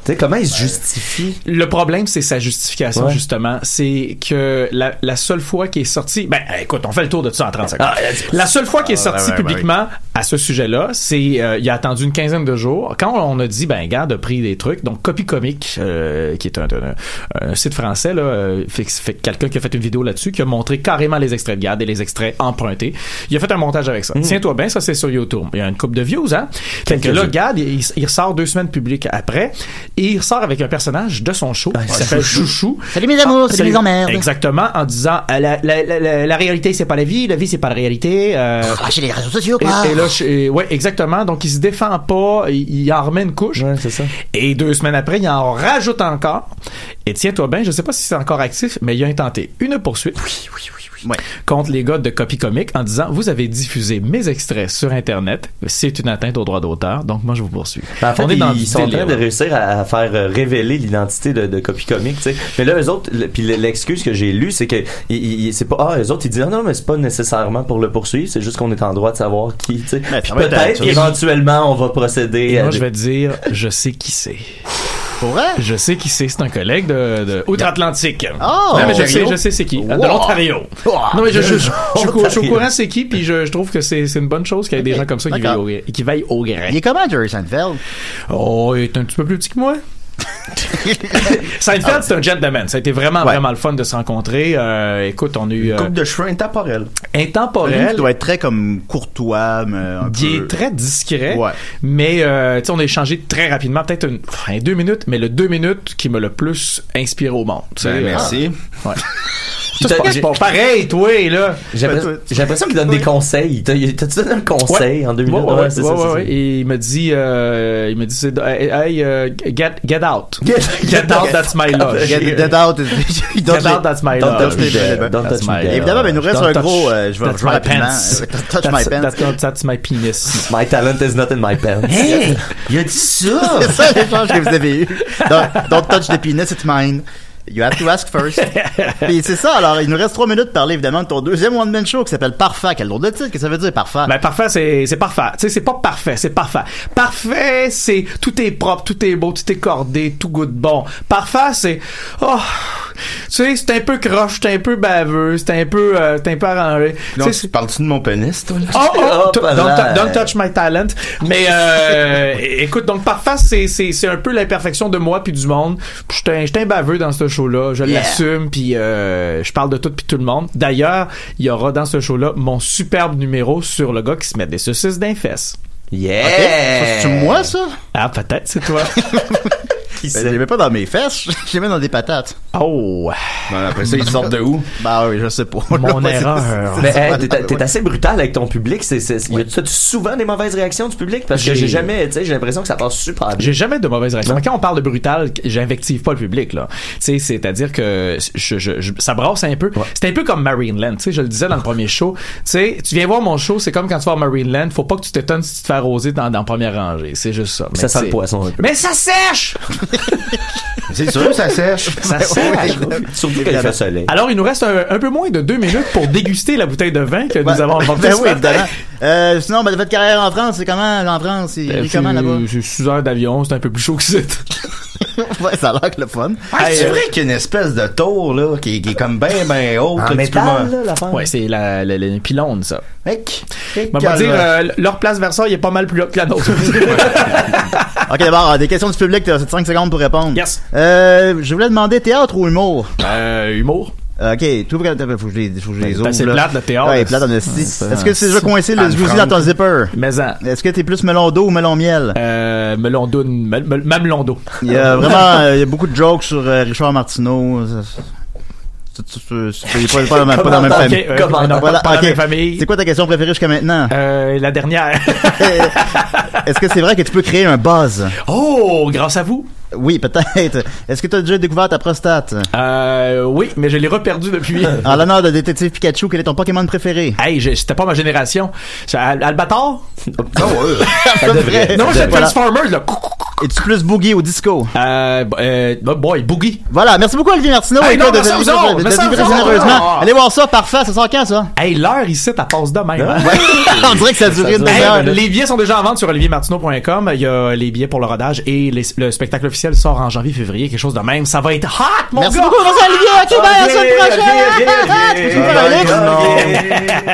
Tu sais, comment il se justifie? Le problème, c'est sa justification, Ouais. justement. C'est que la, la seule fois qui est sortie... Ben, écoute, on fait le tour de ça en 30 secondes. Ah, c'est la seule fois qui est Ah, ouais, sortie ouais, publiquement à ce sujet-là, c'est... euh, il a attendu une quinzaine de jours. Quand on a dit, ben, garde, a pris des trucs. Donc, Copy Comic, euh, qui est un, un- un site français, là, euh, fait, fait- quelqu'un qui a fait une vidéo là-dessus, qui a montré carrément les extraits de garde et les extraits empruntés. Il a fait un montage avec Mhm. ça. Tiens-toi bien, ça, c'est sur YouTube. Il y a une coupe de views, hein? Fait que là, Gad, il, il ressort deux semaines publiques après, et il ressort avec un personnage de son show Ah, qui s'appelle Chouchou. Salut mes amours, salut mes emmerdes. Exactement, en disant euh, la, la, la- la- la réalité c'est pas la vie, la vie c'est pas la réalité. euh, Ah, chez les réseaux sociaux, et, quoi. et là, je- et- ouais, exactement. Donc il se défend pas, il, il en remet une couche. c'est ça. Et deux semaines après, il en rajoute encore. Et tiens-toi bien, je sais pas si c'est encore actif, mais il a intenté une poursuite. Ouais. Contre les gars de Copy Comic en disant Vous avez diffusé mes extraits sur Internet, c'est une atteinte aux droits d'auteur, donc moi je vous poursuis. Ben, en fait, On est dans ils, du ils sont en train délire, de là. réussir à, à faire euh, révéler l'identité de, de Copy Comic, tu sais. Mais là, eux autres, le- puis le- l'excuse que j'ai lue, c'est que ils- ils- c'est pas ah, eux autres, ils disent ah, non, mais c'est pas nécessairement pour le poursuivre, c'est juste qu'on est en droit de savoir qui, tu sais. ça Puis va être la même peut-être chose. éventuellement on va procéder. Et à moi des- je vais te dire Je sais qui c'est. Pour vrai? Je sais qui c'est, c'est un collègue de, de Outre-Atlantique. Oh! non, mais je sais, Ontario? je sais c'est qui. Wow! De l'Ontario. Ouah! Non, mais je, je, je, je- je suis au- je suis au Ontario. courant c'est qui, puis je, je trouve que c'est c'est une bonne chose qu'il y ait des Ok, gens comme ça qui veillent d'accord. au, et qui veillent au grain. Il est comment, Jerry Seinfeld? Oh, il est un petit peu plus petit que moi. Seinfeld, c'est un gentleman. Ça a été vraiment, Ouais. vraiment le fun de se rencontrer. Euh, écoute, on a eu euh, Coupe de cheveux intemporelle. Lui, il intemporel. doit être très comme courtois, mais un Il peu- est très discret, Ouais. mais euh, tu sais, on a échangé très rapidement, peut-être une, enfin, deux minutes, mais le deux minutes qui me le plus inspiré au monde. tu sais. Ben, merci. Ça, c'est pas- c'est pas pareil, toi, là. J'ai l'impression- j'ai l'impression qu'il donne des conseils. T'as- T'as-tu donné un conseil en 2000 Ouais, ouais, ouais, c'est ouais, ça, c'est ouais, ça. ouais. Et il me dit, euh, il me dit, c'est- hey, hey, euh, get, get out. Get, out, that's my lodge. Get the dead out. Il doit Get out, that's my Don't lodge. touch me, That's there. Don't touch me. my- there. Évidemment, ben, il nous reste Don't un touch- gros, euh, je vais- that's je vais my rapidement. pants. Touch my That's- pants. that's- that's my penis. My talent is not in my pants. Il a dit ça! C'est ça l'échange que vous avez eu. Don't, don't touch the penis, it's mine. You have to ask first. Puis c'est ça, alors il nous reste trois minutes de parler évidemment de ton deuxième One Man Show qui s'appelle Parfait. Quel nom de titre que ça veut dire Parfait? Ben, parfait, c'est, c'est parfait. Tu sais, c'est pas parfait, c'est parfait. Parfait, c'est tout est propre, tout est beau, tout est cordé, tout goûte bon. Parfait, c'est, oh, sais, c'est un peu croche, c'est un peu baveux, c'est un peu, euh, c'est un peu arrangé. Tu Donc, sais, c'est- parles-tu de mon pénis, toi? là? Oh, oh, Hop t- là. don't, tou- don't touch my talent. Mais euh, écoute, donc parfois c'est c'est c'est un peu l'imperfection de moi puis du monde. Puis J'étais un- j'étais un baveux dans ce show-là, je l'assume puis euh, je parle de tout puis tout le monde. D'ailleurs, il y aura dans ce show-là mon superbe numéro sur le gars qui se met des saucisses d'un fesse. Yeah! Ok. Ça, C'est-tu moi, ça? Ah, peut-être c'est toi. Qui Ben, je sait? les mets pas dans mes fesses, je les mets dans des patates. oh, Ben, après ça, ils sortent de où? Bah oui, je sais pas. mon Ouais, erreur. Mais hey, t'es- t'es assez brutal avec ton public. C'est, c'est, y a-tu souvent des mauvaises réactions du public? Parce que J'ai- j'ai jamais, tu sais, j'ai l'impression que ça passe super bien. J'ai jamais de mauvaise réaction. Quand on parle de brutal, j'invective pas le public là. Tu sais, c'est-à-dire que je, je- je- ça brasse un peu. C'est un peu comme Marineland. Tu sais, je le disais dans le premier show. Tu sais, tu viens voir mon show, c'est comme quand tu vas à Marineland. Faut pas que tu t'étonnes si tu te fais arroser dans, dans la première rangée. C'est juste ça. Mais Ça sent c'est- le poisson un peu. Mais ça sèche. C'est sûr, ça sèche. Ça Ben sèche. Surtout quand il fait soleil. Alors, il nous reste un, un peu moins de deux minutes pour déguster la bouteille de vin que nous avons Ben, apportée. ben ce oui, matin. évidemment. Euh, sinon, ben, votre carrière en France, c'est comment en France? Il Ben, Euh, est comment là-bas? c'est- C'est six heures d'avion, c'est un peu plus chaud que c'est. ouais, ça a l'air que le fun. euh, Ah, c'est vrai qu'il y a une espèce de tour, là, qui, qui est comme ben, ben haute. là, En tu métal, peux m'en- là, l'affaire. Ouais, c'est la, la, la pylône, ça. Mec, Mais on va dire, euh, leur place Versailles est pas mal plus haute que la nôtre. Ok, d'abord, euh, des questions du public, t'as 5 secondes pour répondre. Yes. Euh, je voulais demander théâtre ou humour? Euh, humour. Ok, tout vrai, faut que je les, faut que je les Ben, ouvre. c'est là. plate, le théâtre. Ouais, plate, en esti. Est-ce que c'est déjà coincé le Anne smoothie dans Frank. ton zipper? Mais en. Est-ce que t'es plus melon d'eau ou melon miel? Euh, melon d'oune, mel- mel- mamelon d'eau. Il y a vraiment euh, il y a beaucoup de jokes sur euh, Richard Martineau. Ça- ça- ça- ça- ça- Il est pas, pas dans la- pas dans la même Comment famille. Ok, euh, Comment- on en Voilà, parle pas ok. la même famille. C'est quoi ta question préférée jusqu'à maintenant? Euh, la dernière. Euh, Est-ce que c'est vrai que tu peux créer un buzz? Oh, grâce à vous. Oui, peut-être. Est-ce que tu as déjà découvert ta prostate? Euh, oui, mais je l'ai reperdu depuis. En l'honneur de détective Pikachu, quel est ton Pokémon préféré? hey, je- c'était pas ma génération. C'est Al- Albator? Ça devrait. Non, c'est Voilà. Transformers, là. Es-tu plus boogie au disco? Euh, b- euh, boy, Boogie. Voilà, merci beaucoup Olivier Martineau. Hey, Écoute, non, de- merci à vous autres, de- de- de- merci à de- vous de- autres. généreusement. Ah. Allez voir ça, parfait, ça sort quand ça? Hey, l'heure ici, ça passe de même. hein? On dirait que ça a duré deux Hey, heures. les billets sont déjà en vente sur oliviermartineau.com. Il y a les billets pour le rodage et les- le spectacle officiel sort en janvier-février, quelque chose de même. Ça va être hot, mon Merci gars! beaucoup, merci Olivier. Ok, bye, à la Olivier, Ah, semaine prochaine. Ah, Olivier, Olivier. Tu peux faire un lick?